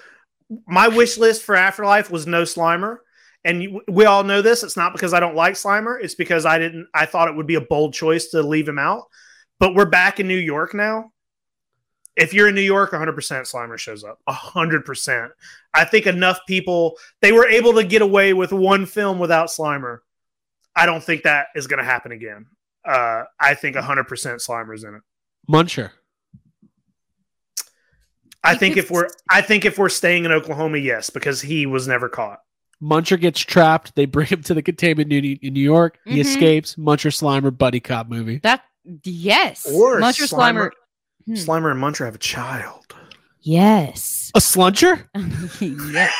S10: my wish list for Afterlife was no Slimer, and you, we all know this. It's not because I don't like Slimer. It's because I didn't. I thought it would be a bold choice to leave him out. But we're back in New York now. If you're in New York, 100% Slimer shows up. 100%. I think enough people they were able to get away with one film without Slimer. I don't think that is going to happen again. Uh, I think 100% Slimer's in it.
S1: Muncher.
S10: I
S9: He
S10: think
S9: could-
S10: if we're I think if we're staying in Oklahoma, yes, because he was never caught.
S1: Muncher gets trapped. They bring him to the containment unit in New York. He
S9: Mhm.
S1: escapes. Muncher Slimer buddy cop movie.
S9: That, yes.
S10: Or
S9: Muncher Slimer.
S10: Slimer-
S9: Hmm.
S10: Slimer and Muncher have a child.
S9: Yes.
S1: A sluncher?
S9: yes.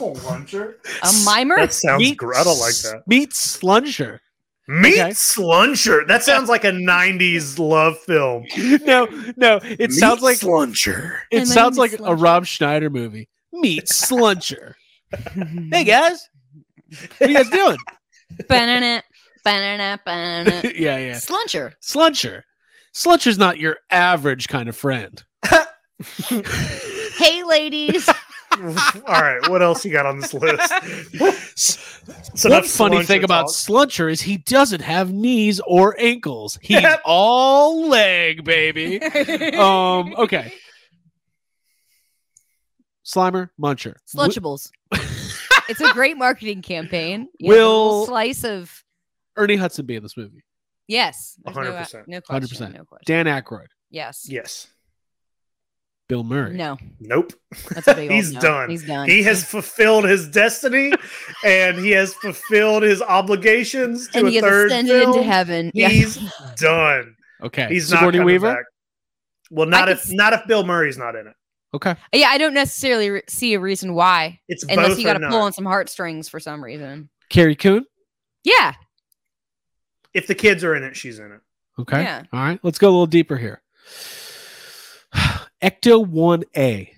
S10: Oh, Muncher.
S9: A mimer?
S10: That sounds
S1: Meet
S10: Gretel like
S1: S-
S10: that.
S1: Meet Sluncher.
S10: Meet
S1: Okay.
S10: Sluncher. That sounds like a 90s love film.
S1: No, no. It
S10: Meet
S1: sounds like
S10: Sluncher.
S1: it
S9: And my
S1: sounds
S9: name
S1: like
S9: is
S1: a
S9: Sluncher.
S1: Rob Schneider movie. Meet Sluncher. hey guys. What are you guys doing?
S9: Banana, banana, banana.
S1: yeah, yeah.
S9: Sluncher.
S1: Sluncher. Sluncher's not your average kind of friend.
S9: Hey, ladies.
S10: All right, what else you got on this list? It's
S1: One
S10: enough
S1: funny thing
S10: Sluncher
S1: about
S10: talk.
S1: Sluncher is he doesn't have knees or ankles. He's all leg, baby. Um, okay. Slimer, Muncher.
S9: Slunchables. it's a great marketing campaign. You know, a little
S1: Will-
S9: slice of
S1: Wi- Ernie Hudson be in this movie?
S9: yes, There's no- uh,
S10: 100%.
S9: no, question,
S1: 100%.
S9: no question.
S1: Dan Aykroyd,
S9: Yes,
S10: Yes.
S1: Bill Murray.
S9: no,
S10: Nope.
S9: that's a big old
S10: He's
S9: no.
S10: done.
S9: He's done.
S10: He has fulfilled his destiny and he has fulfilled his obligations to
S9: and
S10: a
S9: he has
S10: third
S9: ascended
S10: film.
S9: into heaven. Yeah.
S10: He's done.
S1: Okay.
S10: He's not
S1: Sigourney
S10: coming
S1: Weaver.
S10: back. Well, not
S9: I
S10: if
S9: could s-
S10: not if Bill Murray's not in it.
S1: Okay.
S9: yeah, I don't necessarily re- see a reason why,
S10: It's
S9: unless
S10: both
S9: you got
S10: or
S9: to
S10: none.
S9: pull on some heartstrings for some reason.
S1: Carrie Coon.
S9: Yeah,
S10: If the kids are in it, she's in it.
S1: Okay.
S9: Yeah.
S1: All right. Let's go a little deeper here. Ecto one A.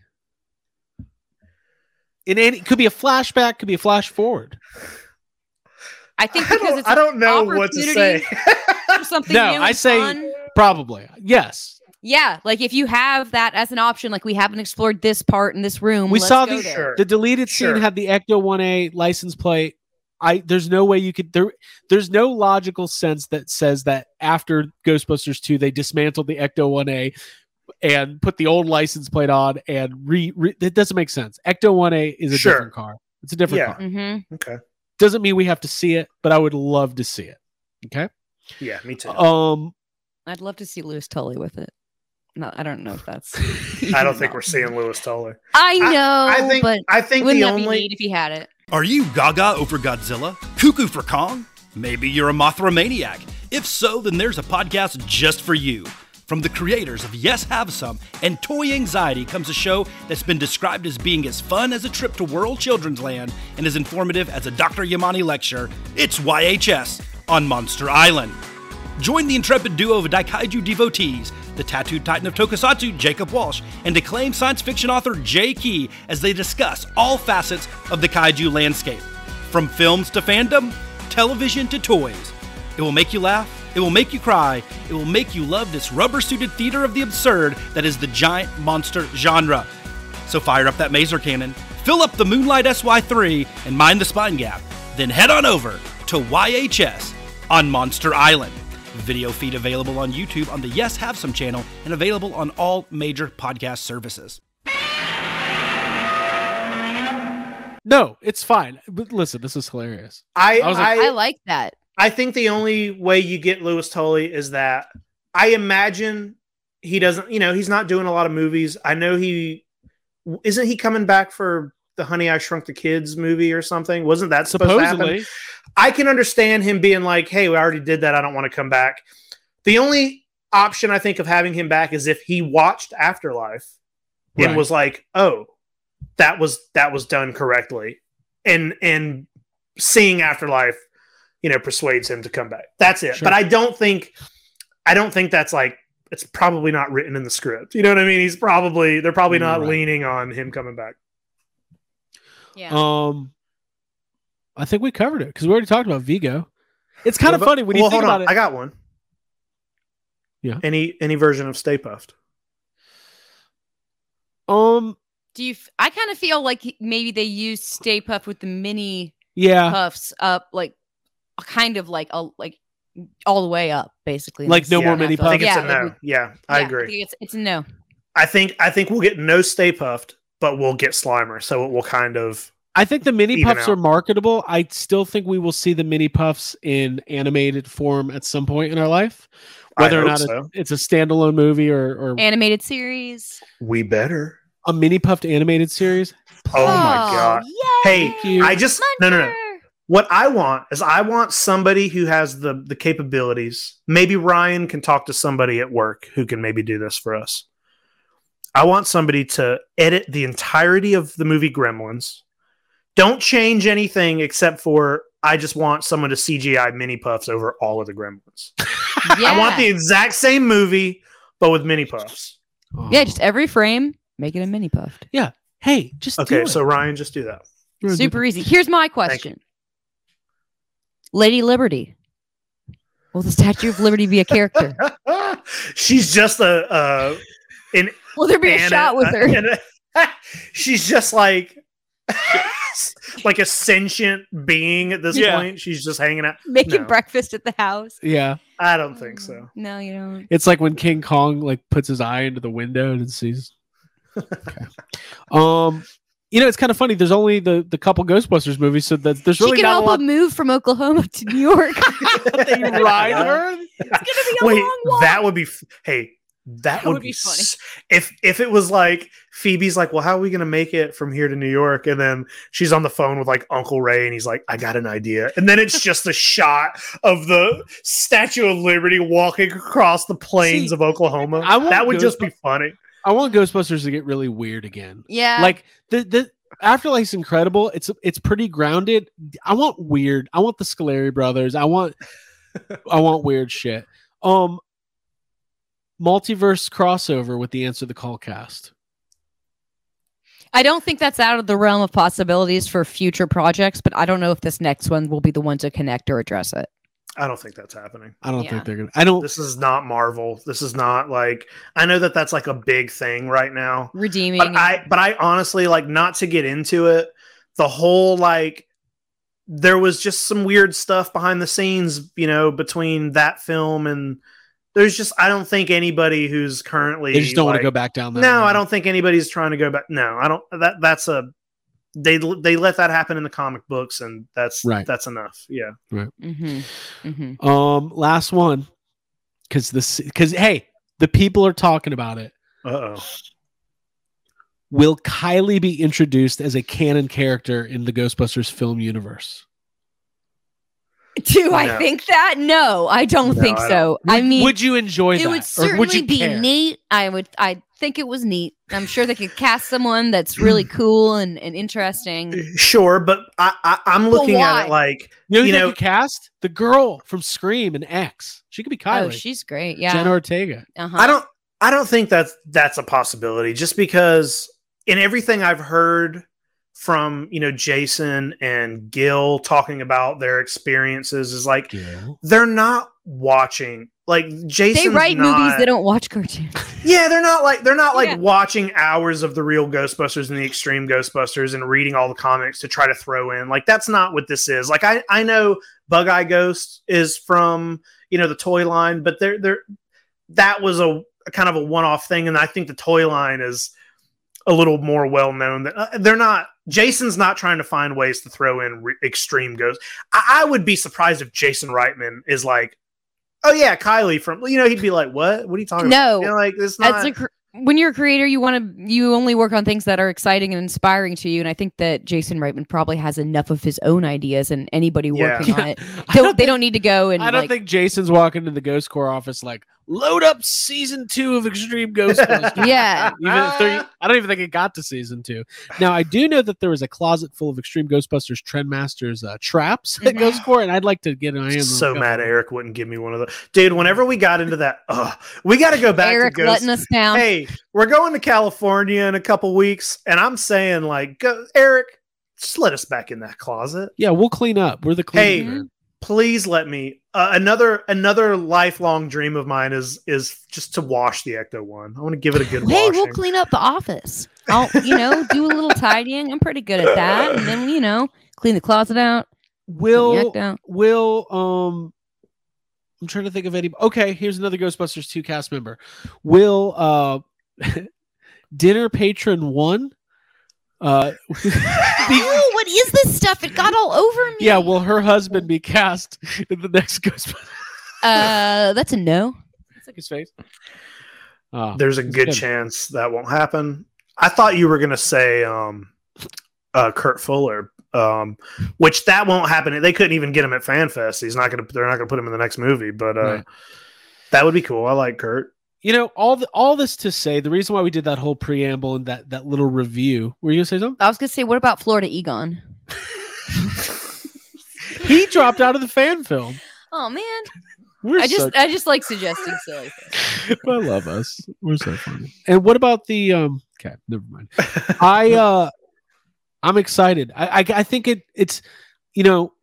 S1: In any could be a flashback, could be a flash forward.
S9: I think
S10: I
S9: because
S10: don't,
S9: it's
S10: I don't know what to
S9: opportunity
S10: say.
S9: for something.
S1: No,
S9: new
S1: I
S9: and
S1: say-
S9: fun.
S1: Probably. Yes.
S9: yeah. Like if you have that as an option, like we haven't explored this part in this room.
S1: We
S9: let's
S1: saw
S9: go
S1: the-
S9: there.
S10: sure.
S1: The deleted
S10: Sure.
S1: scene had the Ecto 1A license plate. I there's no way you could there there's no logical sense that says that after Ghostbusters 2 they dismantled the Ecto 1A and put the old license plate on and re, re that doesn't make sense. Ecto 1A is a
S10: Sure.
S1: different car. It's a different
S10: Yeah.
S1: car.
S9: Mm-hmm.
S10: okay.
S1: Doesn't mean we have to see it, but I would love to see it. Okay?
S10: Yeah, me too.
S1: Um
S9: I'd love to see Lewis Tully with it. No, I don't know if that's.
S10: I don't think we're seeing Lewis Toller.
S9: I know.
S10: I think.
S9: Oh, but
S10: I think
S9: wouldn't
S10: the
S9: that
S10: only.
S9: be neat if he had it?
S11: Are you gaga over Godzilla? Cuckoo for Kong? Maybe you're a Mothra maniac. If so, then there's a podcast just for you. From the creators of Yes Have Some and Toy Anxiety comes a show that's been described as being as fun as a trip to World Children's Land and as informative as a Dr. Yamani lecture. It's YHS on Monster Island. Join the intrepid duo of Daikaiju devotees, the tattooed titan of tokusatsu, Jacob Walsh, and acclaimed science fiction author Jay Key as they discuss all facets of the kaiju landscape. From films to fandom, television to toys. It will make you laugh, it will make you cry, it will make you love this rubber suited theater of the absurd that is the giant monster genre. So fire up that maser cannon, fill up the Moonlight SY3, and mind the spine gap. Then head on over to YHS on Monster Island. Video feed available on YouTube on the Yes Have Some channel and available on all major podcast services.
S1: No, it's fine. But listen, this is hilarious.
S10: I
S1: I was
S10: I,
S9: I like that.
S10: I think the only way you get Lewis Tully is that I imagine he doesn't, you know, he's not doing a lot of movies. I know he isn't he coming back for the Honey I Shrunk the Kids movie or something. Wasn't that supposed to happen?
S1: Supposedly,
S10: I can understand him being like, "Hey, we already did that. I don't want to come back." The only option I think of having him back is if he watched Afterlife
S1: Right.
S10: and was like, "Oh, that was that was done correctly," and and seeing Afterlife, you know, persuades him to come back. That's it.
S1: Sure.
S10: But I don't think I don't think that's like it's probably not written in the script. You know what I mean? He's probably they're probably
S1: You're
S10: not
S1: right.
S10: leaning on him coming back.
S9: Yeah.
S1: um, I think we covered it because we already talked about Vigo. It's kind of
S10: Well,
S1: funny when you
S10: well,
S1: think
S10: hold
S1: about
S10: on.
S1: it.
S10: I got one.
S1: Yeah.
S10: Any any version of Stay Puffed.
S1: um,
S9: Do you? F- I kind of feel like he- maybe they used Stay Puff with the mini
S10: Uh.
S1: yeah,
S9: puffs up, like kind of like a like all the way up, basically. in
S1: Like
S9: the
S1: no
S9: second
S1: more
S9: half
S1: mini
S9: of it.
S10: I think it's
S9: Yeah,
S10: a
S9: like
S10: no.
S9: we-
S10: yeah, I
S9: yeah,
S10: agree.
S9: think It's it's a no.
S10: I think I think we'll get no Stay Puffed, but we'll get Slimer. So it will kind of
S1: I think the mini
S10: Even
S1: puffs
S10: out.
S1: are marketable. I still think we will see the mini puffs in animated form at some point in our life,
S10: I
S1: whether or
S10: hope
S1: not it-
S10: so.
S1: it's a standalone movie or or
S9: Animated series.
S10: we better.
S1: a mini puffed animated series.
S10: Oh my god.
S9: Yay!
S10: Hey, I just no no no.
S9: Muncher!
S10: What I want is I want somebody who has the the capabilities. Maybe Ryan can talk to somebody at work who can maybe do this for us. I want somebody to edit the entirety of the movie Gremlins. Don't change anything except for I just want someone to CGI mini puffs over all of the Gremlins. I want the
S9: Yeah.
S10: exact same movie but with mini puffs.
S9: Yeah, just every frame, make it a mini puffed.
S1: hey, just do
S10: Okay,
S1: it.
S10: so Ryan, just do that.
S1: You're a
S9: Super easy. Here's my question. Lady Liberty. Will the Statue of Liberty be a character?
S10: She's just a uh, an
S9: Will there be a
S10: Anna-
S9: shot with her?
S10: and a- she's just like like a sentient being at this
S1: Yeah.
S10: point. She's just hanging out.
S9: Making
S10: No.
S9: breakfast at the house?
S1: Yeah,
S10: I don't think so.
S9: Um, No, you don't.
S1: it's like when King Kong like puts his eye into the window and sees. Okay. um, you know, it's kind of funny. There's only the the couple Ghostbusters movies, so that there's
S9: she
S1: really
S9: can
S1: not a
S9: help
S1: lot.
S9: him move from Oklahoma to New York. it's
S1: They ride her.
S9: gonna be a
S10: Wait,
S9: long walk.
S10: that would be f- hey. That, would, be,
S9: funny.
S10: s- if if it was like Phoebe's like, well, how are we gonna make it from here to New York? And then she's on the phone with like Uncle Ray, and he's like, I got an idea. And then it's just a shot of the Statue of Liberty walking across the plains
S1: See,
S10: of Oklahoma.
S1: I want
S10: that would just be
S1: Ghostbusters-
S10: funny.
S1: I want Ghostbusters to get really weird again.
S9: yeah.
S1: like the the afterlife's incredible it's it's pretty grounded i want weird i want the scaleri brothers i want i want weird shit um multiverse crossover with the answer the call cast
S9: I don't think that's out of the realm of possibilities for future projects, but I don't know if this next one will be the one to connect or address it.
S10: I don't think that's happening.
S1: i don't
S9: Yeah.
S1: think they're gonna i don't
S10: This is not Marvel. This is not like I know that that's like a big thing right now.
S9: Redeeming.
S10: But I but I honestly like not to get into it. The whole like there was just some weird stuff behind the scenes, you know, between that film and there's just I don't think anybody who's currently
S1: they just don't want
S10: like-
S1: to go back down that
S10: No,
S1: road.
S10: I don't think anybody's trying to go back. No, I don't. That that's a they they let that happen in the comic books, and that's
S1: Right.
S10: that's enough. Yeah.
S9: Mhm. Mhm.
S1: um last one because this because hey The people are talking about it.
S10: Uh oh.
S1: Will Kylie be introduced as a canon character in the Ghostbusters film universe?
S9: Do I
S1: No.
S9: think that? No, I don't
S1: No,
S9: think
S1: I
S9: so.
S1: don't-
S9: I mean,
S1: would you enjoy that?
S9: It
S1: Or
S9: would certainly
S1: would you
S9: be
S1: care?
S9: neat. I would. I think it was neat. I'm sure they could cast someone that's really cool and, and interesting.
S10: Sure, but I, I I'm
S9: Well,
S10: looking
S9: why?
S10: at it like
S1: You know,
S10: you
S1: who they
S10: know
S1: could cast the girl from Scream and X. She could be Kylie.
S9: Oh, she's great. Yeah.
S1: Jenna Ortega.
S9: uh-huh.
S10: I don't I don't think that's that's a possibility just because in everything I've heard from you know Jason and Gil talking about their experiences is like they're not watching like Jason
S9: They write movies. They don't watch cartoons.
S10: yeah they're not like they're not like
S9: Yeah.
S10: watching hours of the real Ghostbusters and the extreme Ghostbusters and reading all the comics to try to throw in like that's not what this is like I I know Bug Eye Ghost is from you know the toy line but they're they're that was a, a kind of a one-off thing and i think the toy line is a little more well known that uh, they're not jason's not trying to find ways to throw in re- extreme ghosts I, I would be surprised if jason reitman is like oh yeah kylie from you know he'd be like what what are you talking
S9: No,
S10: about You know, like it's
S9: As
S10: not
S9: a cr- when you're a creator, you want to you only work on things that are exciting and inspiring to you. And I think that Jason Reitman probably has enough of his own ideas, and anybody
S1: Yeah.
S9: working on it,
S1: I
S9: they,
S1: don't
S9: they don't need to go and
S1: I don't
S9: like,
S1: think Jason's walking to the Ghost Corps office like load up season two of Extreme Ghostbusters.
S9: Yeah.
S1: even if they're- I don't even think it got to season two. Now I do know that there was a closet full of Extreme Ghostbusters Trendmasters uh, traps
S9: Mm-hmm.
S1: at Ghost Corps, and I'd like to get an eye on those.
S10: so mad Eric wouldn't give me one of those. Dude, whenever we got into that, oh, we got to go back
S9: Eric
S10: to Ghost.
S9: letting us down.
S10: Hey, we're going to California in a couple weeks, and I'm saying, like, go, Eric, just let us back in that closet.
S1: Yeah, we'll clean up. We're the
S10: Hey,
S1: clean.
S10: please let me. Uh, another another lifelong dream of mine is is just to wash the Ecto one. I want to give it a good
S9: hey,
S10: washing.
S9: we'll clean up the office. I'll, you know, do a little tidying. I'm pretty good at that. And then, you know, clean the closet out.
S1: Will
S9: Yacked out.
S1: Will um I'm trying to think of any okay, here's another Ghostbusters 2 cast member. Will uh dinner patron one uh
S9: Ew, what is this stuff? It got all over me.
S1: yeah, will her husband be cast in the next Ghostbusters?
S9: Uh, that's a no.
S1: Like his face. Ah.
S10: There's a good
S1: Oh, good.
S10: chance that won't happen. I thought you were gonna say um, uh, Kurt Fuller, um, which that won't happen. They couldn't even get him at FanFest. He's not gonna. They're not gonna put him in the next movie. But uh,
S1: Right.
S10: that would be cool. I like Kurt.
S1: You know, all the, all this to say, the reason why we did that whole preamble and that that little review. Were you gonna say something?
S9: I was going to say, what about Florida Egon?
S1: He dropped out of the fan film.
S9: Oh, man.
S1: We're
S9: I just,
S1: so-
S9: I just like suggesting silly things.
S1: I love us. We're so funny. And what about the um okay, never mind. I uh I'm excited. I I, I think it it's you know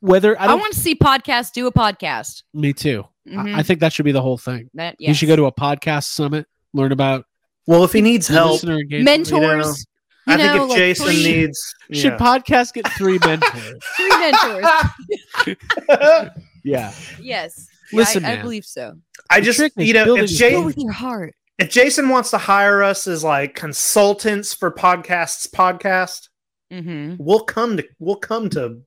S1: whether I
S9: I,
S1: don't
S9: want to see podcasts do a podcast.
S1: me too. I- I,
S9: Mhm.
S1: think that should be the whole thing.
S9: That-
S1: You should
S9: yes.
S1: go to a podcast summit, learn about
S10: Well, if he needs help,
S1: listener engagement.
S9: Mentors.
S10: I
S9: You
S10: think
S9: know,
S10: if
S9: like
S10: Jason
S9: three-
S10: needs,
S1: Should
S10: yeah.
S1: podcast get three mentors?
S9: Three mentors.
S1: yeah.
S9: yes.
S1: Listen,
S9: I, I
S1: man.
S9: believe so.
S10: I
S1: The
S10: just
S1: trick is
S10: you know
S1: building
S10: if
S1: the
S9: Go
S10: Jay,
S9: with your heart.
S10: if Jason wants to hire us as like consultants for podcasts, podcast,
S9: Mm-hmm.
S10: we'll come to we'll come to.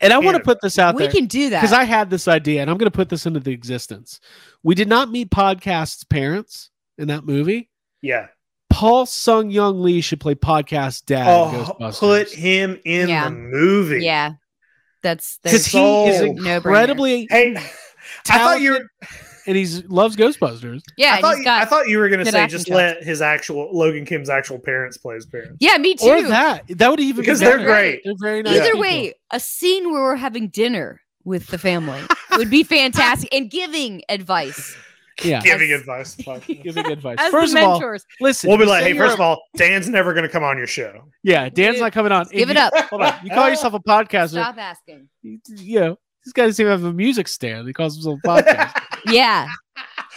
S1: And I want to
S10: Canada.
S1: put this out
S9: We
S1: there.
S9: can do that.
S1: because I had this idea, and I'm going to put this into the existence. We did not meet podcast's parents in that movie.
S10: Yeah.
S1: Paul Sung Young Lee should play podcast dad. in
S10: Oh,
S1: Ghostbusters.
S10: put him in
S9: Yeah.
S10: the movie.
S9: Yeah. That's,
S1: because
S9: that's
S1: he is
S10: sold.
S1: incredibly
S10: Hey, I thought you were,
S1: and he loves Ghostbusters.
S9: Yeah,
S10: I
S9: and
S10: thought
S9: he's
S10: you,
S9: got-
S10: I thought you were gonna
S9: good
S10: say
S9: acting
S10: just
S9: chops.
S10: let his actual Logan Kim's actual parents play his parents.
S9: Yeah, me too.
S1: Or that that would even be
S10: Because they're
S1: better.
S10: great.
S1: They're very nice.
S9: Either
S1: people.
S9: way, a scene where we're having dinner with the family would be fantastic and giving advice.
S1: yeah,
S10: Giving advice.
S1: giving advice.
S9: As the
S1: First of all,
S9: mentors.
S1: listen.
S10: We'll be
S1: you
S10: like,
S1: say
S10: hey,
S1: you're
S10: first
S1: a-
S10: of all, Dan's never gonna come on your show.
S1: yeah, Dan's not coming on. And
S9: Give it
S1: you-
S9: up.
S1: Hold on, you call yourself a podcaster?
S9: Stop asking.
S1: You, you know, this guy doesn't even have a music stand. He calls himself a podcast.
S9: Yeah.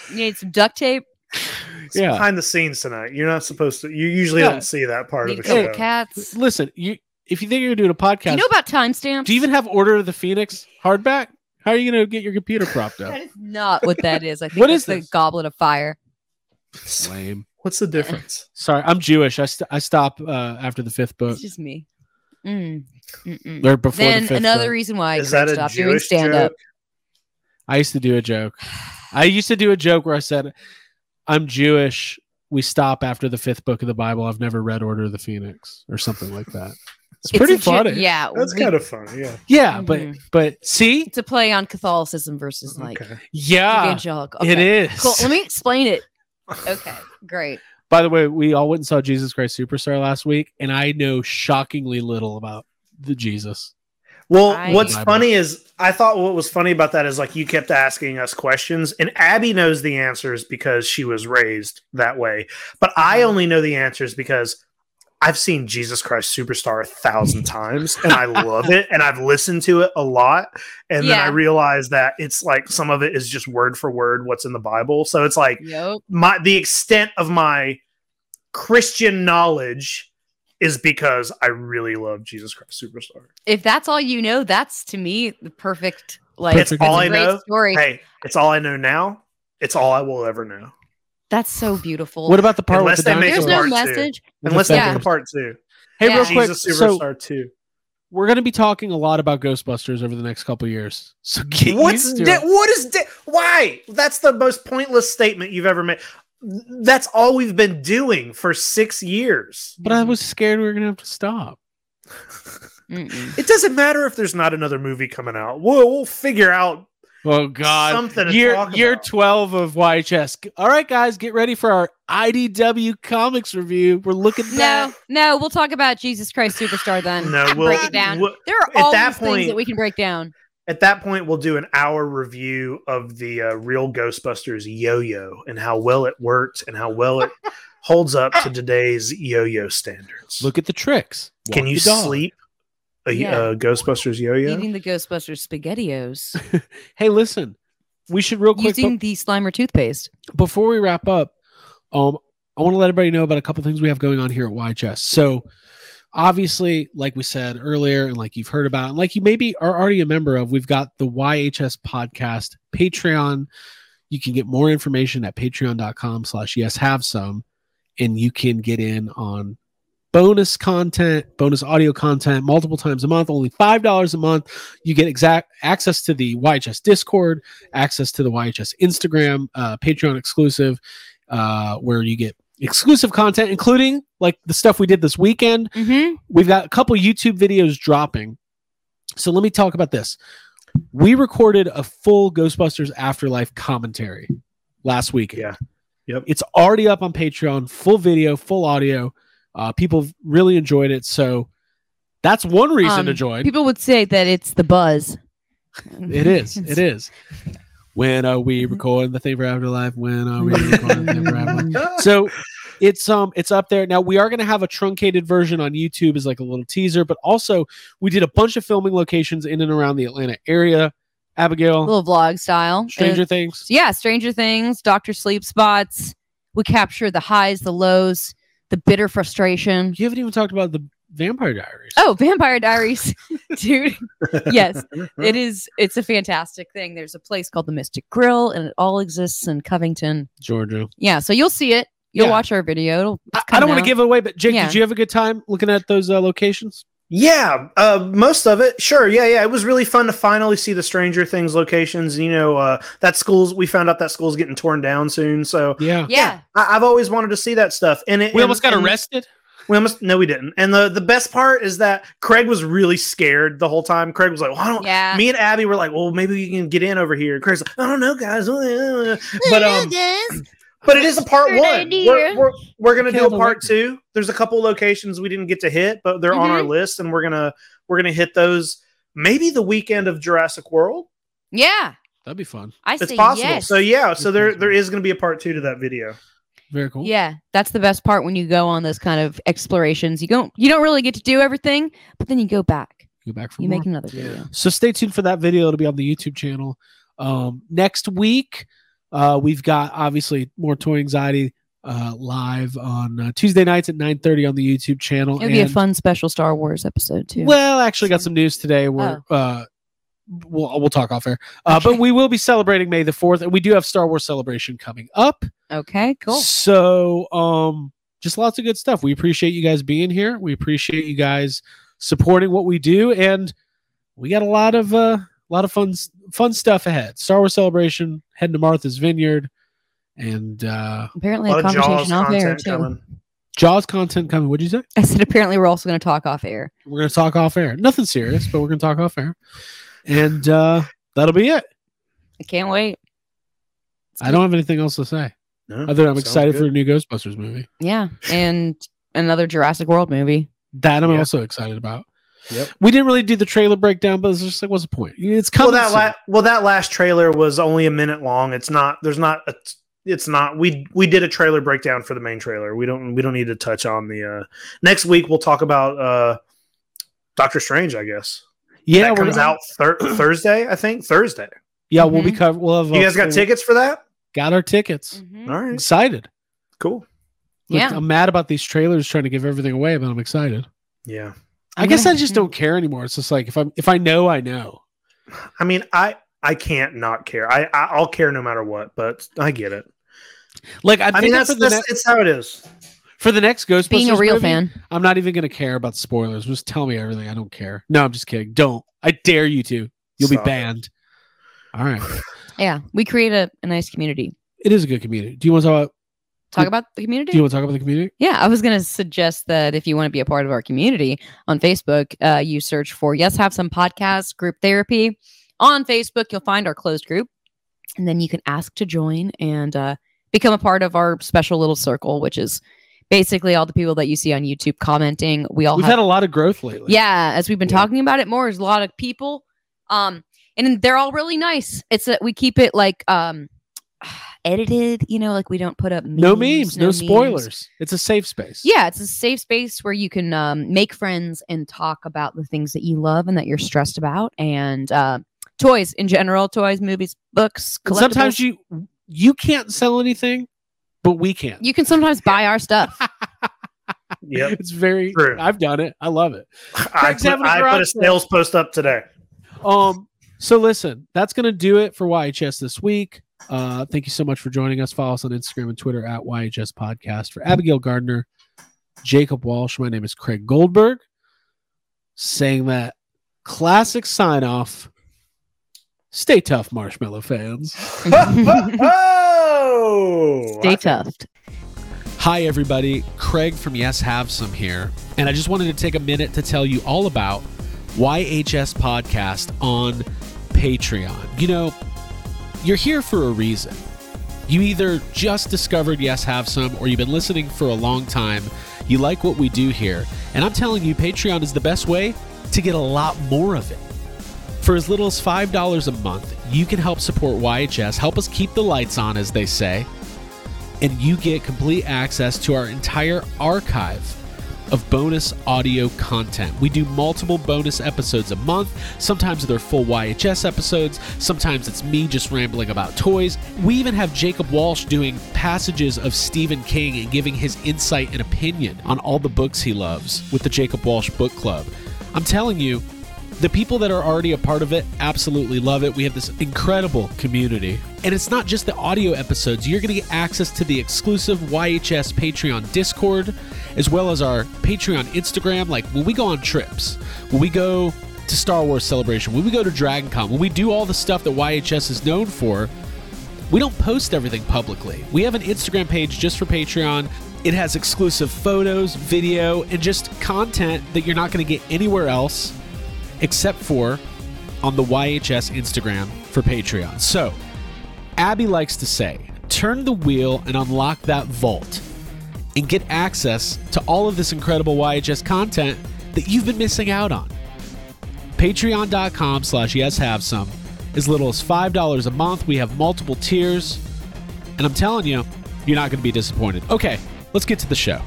S9: You need some duct tape,
S10: It's
S1: yeah,
S10: behind the scenes tonight. You're not supposed to. You usually
S1: Yeah.
S10: don't see that part
S9: need a
S10: of the
S9: couple
S10: show.
S9: cats.
S1: listen, you if you think you're doing a
S9: Do
S1: podcast,
S9: you know about timestamps?
S1: do you even have Order of the Phoenix hardback? How are you going to get your computer propped
S9: that
S1: up?
S9: is not what that is. I think
S1: What
S9: that's
S1: is
S9: the
S1: this?
S9: goblet of fire.
S1: Lame.
S10: What's the difference?
S1: Sorry, I'm Jewish. I, st- I stop uh, after the fifth book
S9: It's just me. Mm. Mm-mm.
S1: or before the
S9: Then
S1: fifth
S9: another
S1: book.
S9: reason why I
S10: Is that
S9: couldn't
S10: a
S9: stop doing
S10: Jewish
S9: stand up.
S10: joke?
S1: I used to do a joke. I used to do a joke where I said, "I'm Jewish." We stop after the fifth book of the Bible. I've never read Order of the Phoenix or something like that. It's,
S9: It's
S1: pretty
S9: a Mm-hmm. Ju-
S1: funny.
S9: yeah,
S10: That's
S9: we-
S10: kind of funny. Yeah.
S1: Yeah, but but see,
S9: It's a play on Catholicism versus like
S1: yeah,
S9: evangelical.
S1: Ah, it
S9: Okay,
S1: is.
S9: Cool. Let me explain it. Okay, great.
S1: By the way, we all went and saw Jesus Christ Superstar last week, and I know shockingly little about the Jesus.
S10: Well,
S9: I-
S10: what's
S1: Bible.
S10: funny is I thought what was funny about that is like you kept asking us questions, and Abby knows the answers because she was raised that way. But
S9: Uh-huh.
S10: I only know the answers because I've seen Jesus Christ Superstar a thousand times and I love it and I've listened to it a lot. And then I
S9: Yeah.
S10: realized that it's like some of it is just word for word what's in the Bible. So it's like
S9: Yep.
S10: my the extent of my Christian knowledge is because I really love Jesus Christ Superstar.
S9: If that's all you know, that's to me the perfect like.
S10: It's
S9: that's
S10: all
S9: a
S10: I
S9: great
S10: know.
S9: Story.
S10: Hey, it's all I know now. It's all I will ever know.
S9: That's so beautiful.
S1: What about the part
S10: Unless
S1: with the
S10: they make
S9: There's
S10: a
S1: dinosaur?
S9: no
S10: part two.
S9: message.
S1: With
S10: Unless
S1: the
S10: they
S9: feathers.
S10: make a part two.
S1: hey, real quick,
S10: Jesus
S1: so
S10: Superstar two.
S1: we're gonna be talking a lot about Ghostbusters over the next couple years. So get
S10: What's
S1: used to
S10: da-
S1: it.
S10: what is da- why? That's the most pointless statement you've ever made. That's all we've been doing for six years.
S1: But I was scared we were gonna have to stop.
S9: Mm-mm.
S10: It doesn't matter if there's not another movie coming out. We'll, we'll figure out.
S1: Oh God!
S10: Something to
S1: year
S10: talk
S1: year
S10: about.
S1: twelve of YHS. All right, guys, get ready for our IDW comics review. We're looking
S9: No,
S1: back.
S9: no, we'll talk about Jesus Christ Superstar then.
S10: No,
S9: We'll
S10: we'll-
S9: break it down.
S10: we'll-
S9: there are
S10: at
S9: all
S10: that
S9: these things
S10: point-
S9: that we can break down.
S10: At that point, we'll do an hour review of the uh, real Ghostbusters yo-yo and how well it worked and how well it holds up to today's yo-yo standards.
S1: Look at the tricks.
S10: Can
S1: Walk
S10: you
S1: the dog.
S10: sleep a,
S9: Yeah.
S10: a Ghostbusters yo-yo?
S9: Eating the Ghostbusters spaghettios,
S1: Hey, listen. We should real quick
S9: using the Slimer toothpaste.
S1: before we wrap up, um, I want to let everybody know about a couple things we have going on here at YHS. So, obviously, like we said earlier, and like you've heard about, and like you maybe are already a member of, we've got the YHS podcast Patreon. You can get more information at patreon.com slash yes have some, and you can get in on bonus content, bonus audio content multiple times a month, only $5 a month. You get exact access to the YHS Discord access to the YHS Instagram, uh, Patreon exclusive, uh, where you get exclusive content, including like the stuff we did this weekend.
S9: Mm-hmm.
S1: We've got a couple YouTube videos dropping. So let me talk about this. We recorded a full Ghostbusters Afterlife commentary last weekend.
S10: Yeah. Yep.
S1: It's already up on Patreon, full video, full audio. Uh, people really enjoyed it. So that's one reason to join.
S9: People would say that it's the buzz.
S1: It is. It is. When are we recording the thing for afterlife? When are we recording the thing for afterlife?
S10: Uh,
S1: So it's um it's up there now. We are going to have a truncated version on YouTube as like a little teaser, but also we did a bunch of filming locations in and around the Atlanta area. Abigail,
S9: little vlog style.
S1: Stranger
S9: And-
S1: Things.
S9: yeah, Stranger Things, Doctor Sleep Spots. We capture the highs, the lows, the bitter frustration.
S1: You haven't even talked about the Vampire Diaries.
S9: Oh, Vampire Diaries, dude. yes,
S1: Mm-hmm.
S9: it is. It's a fantastic thing. There's a place called the Mystic Grill, and it all exists in Covington.
S1: Georgia.
S9: Yeah, so you'll see it. You'll
S1: Yeah.
S9: watch our video. It'll,
S1: I,
S9: it's
S1: I don't
S9: coming
S1: want to
S9: out.
S1: give it away, but Jake,
S9: Yeah.
S1: did you have a good time looking at those uh, locations?
S10: Yeah, uh, most of it. Sure. Yeah, yeah. It was really fun to finally see the Stranger Things locations. You know, uh, that school's, we found out that school's getting torn down soon. So
S1: Yeah.
S9: Yeah,
S10: I, I've always wanted to see that stuff. And it,
S1: We
S10: and-
S1: almost got
S10: and-
S1: arrested.
S10: We almost, no, we didn't. And the, the best part is that Craig was really scared the whole time. Craig was like, well, I don't,
S9: yeah.
S10: me and Abby were like, well, maybe we can get in over here. Craig's like, I don't know, guys. But, um, But it is a part
S2: Good
S10: one.
S2: idea.
S10: We're, we're, we're gonna do
S1: Killed
S10: a part
S1: Olympic.
S10: two. There's a couple locations we didn't get to hit, but they're
S9: Mm-hmm.
S10: on our list, and we're gonna we're gonna hit those. Maybe the weekend of Jurassic World.
S9: yeah.
S1: That'd be fun.
S9: I
S10: It's
S9: say
S10: possible.
S9: yes.
S10: So yeah, so
S1: It's
S10: there
S1: possible.
S10: there is gonna be a part two to that video.
S1: Very cool.
S9: Yeah, that's the best part when you go on those kind of explorations. You don't you don't really get to do everything, but then you go back.
S1: Go back for
S9: You
S1: more.
S9: make another video.
S1: So stay tuned for that video. It'll be on the YouTube channel. Um, next week, uh, we've got obviously more toy anxiety uh, live on uh, Tuesday nights at 9:30 on the YouTube channel.
S9: It'll be a
S1: And-
S9: fun special Star Wars episode too.
S1: Well, actually, got some news today. We're
S9: Oh.
S1: uh, we'll we'll talk off air, uh, but we will be celebrating May the fourth, and we do have Star Wars celebration coming up.
S9: okay, cool.
S1: So, um, just lots of good stuff. We appreciate you guys being here. We appreciate you guys supporting what we do, and we got a lot of uh,
S9: a lot of fun fun stuff ahead. Star Wars Celebration, heading to Martha's Vineyard, and uh,
S5: apparently a, a conversation off air too. Coming.
S9: Jaws content coming. What'd you say?
S5: I said apparently we're also going to talk off air.
S9: We're going to talk off air. Nothing serious, but we're going to talk off air, and uh, that'll be it.
S5: I can't wait.
S9: It's I good. don't have anything else to say. No, Other than I'm excited good. for a new Ghostbusters movie.
S5: Yeah, and another Jurassic World movie.
S9: That I'm yeah. also excited about. Yep. We didn't really do the trailer breakdown, but it's just like, what's the point? It's coming.
S10: Well, that la- well, that last trailer was only a minute long. It's not. There's not a. T- it's not. We we did a trailer breakdown for the main trailer. We don't. We don't need to touch on the. Uh, next week we'll talk about uh, Doctor Strange. I guess.
S9: Yeah,
S10: that comes out thir- Thursday. I think Thursday.
S9: Yeah, mm-hmm. we'll be covered. We'll have.
S10: You guys got favorite. tickets for that?
S9: Got our tickets.
S10: Mm-hmm. All right.
S9: Excited.
S10: Cool.
S9: Look, yeah. I'm mad about these trailers trying to give everything away, but I'm excited.
S10: Yeah.
S9: I, I guess I just don't care anymore. It's just like if I'm if I know, I know.
S10: I mean, I I can't not care. I, I will care no matter what, but I get it.
S9: Like I,
S10: I mean, that's, that's ne- it's how it is.
S9: For the next Ghostbusters,
S5: being a real
S9: movie,
S5: fan,
S9: I'm not even gonna care about spoilers. Just tell me everything. I don't care. No, I'm just kidding. Don't. I dare you to. You'll Stop. be banned. All right.
S5: yeah, we create a, a nice community.
S9: It is a good community. Do you want to talk about
S5: talk about the community?
S9: Do you want to talk about the community?
S5: Yeah, I was going to suggest that if you want to be a part of our community on Facebook, uh, you search for Yes Have Some Podcast Group Therapy on Facebook. You'll find our closed group, and then you can ask to join and uh, become a part of our special little circle, which is basically all the people that you see on YouTube commenting. We all
S9: we've have, had a lot of growth lately.
S5: Yeah, as we've been yeah. talking about it more, there's a lot of people, um, and they're all really nice. It's that we keep it like. Um, edited, you know, like we don't put up memes,
S9: no memes, no, no spoilers. Memes. It's a safe space.
S5: Yeah, it's a safe space where you can um, make friends and talk about the things that you love and that you're stressed about, and uh, toys in general, toys, movies, books.
S9: Sometimes you you can't sell anything, but we can.
S5: You can sometimes buy our stuff.
S9: yeah, it's very. True. I've done it. I love it.
S10: I, put, I put a sales post up today.
S9: Um. So listen, that's gonna do it for YHS this week. Uh, thank you so much for joining us. Follow us on Instagram and Twitter at YHS Podcast. For Abigail Gardner, Jacob Walsh, my name is Craig Goldberg. Saying that classic sign off. Stay tough, Marshmallow fans.
S10: oh,
S5: Stay tough.
S1: Hi, everybody. Craig from Yes Have Some here. And I just wanted to take a minute to tell you all about YHS Podcast on Patreon. You know, you're here for a reason. You either just discovered Yes Have Some or you've been listening for a long time. You like what we do here. And I'm telling you, Patreon is the best way to get a lot more of it. For as little as $5 a month, you can help support YHS, help us keep the lights on, as they say, and you get complete access to our entire archive of bonus audio content. We do multiple bonus episodes a month. Sometimes they're full YHS episodes. Sometimes it's me just rambling about toys. We even have Jacob Walsh doing passages of Stephen King and giving his insight and opinion on all the books he loves with the Jacob Walsh Book Club. I'm telling you, the people that are already a part of it absolutely love it. We have this incredible community. And it's not just the audio episodes, you're going to get access to the exclusive YHS Patreon Discord, as well as our Patreon Instagram. Like when we go on trips, when we go to Star Wars Celebration, when we go to Dragon Con, when we do all the stuff that YHS is known for, we don't post everything publicly. We have an Instagram page just for Patreon. It has exclusive photos, video, and just content that you're not going to get anywhere else except for on the YHS Instagram for Patreon. So, Abby likes to say, turn the wheel and unlock that vault and get access to all of this incredible YHS content that you've been missing out on. Patreon.com slash yes have some. As little as $5 a month, we have multiple tiers. And I'm telling you, you're not going to be disappointed. Okay, let's get to the show.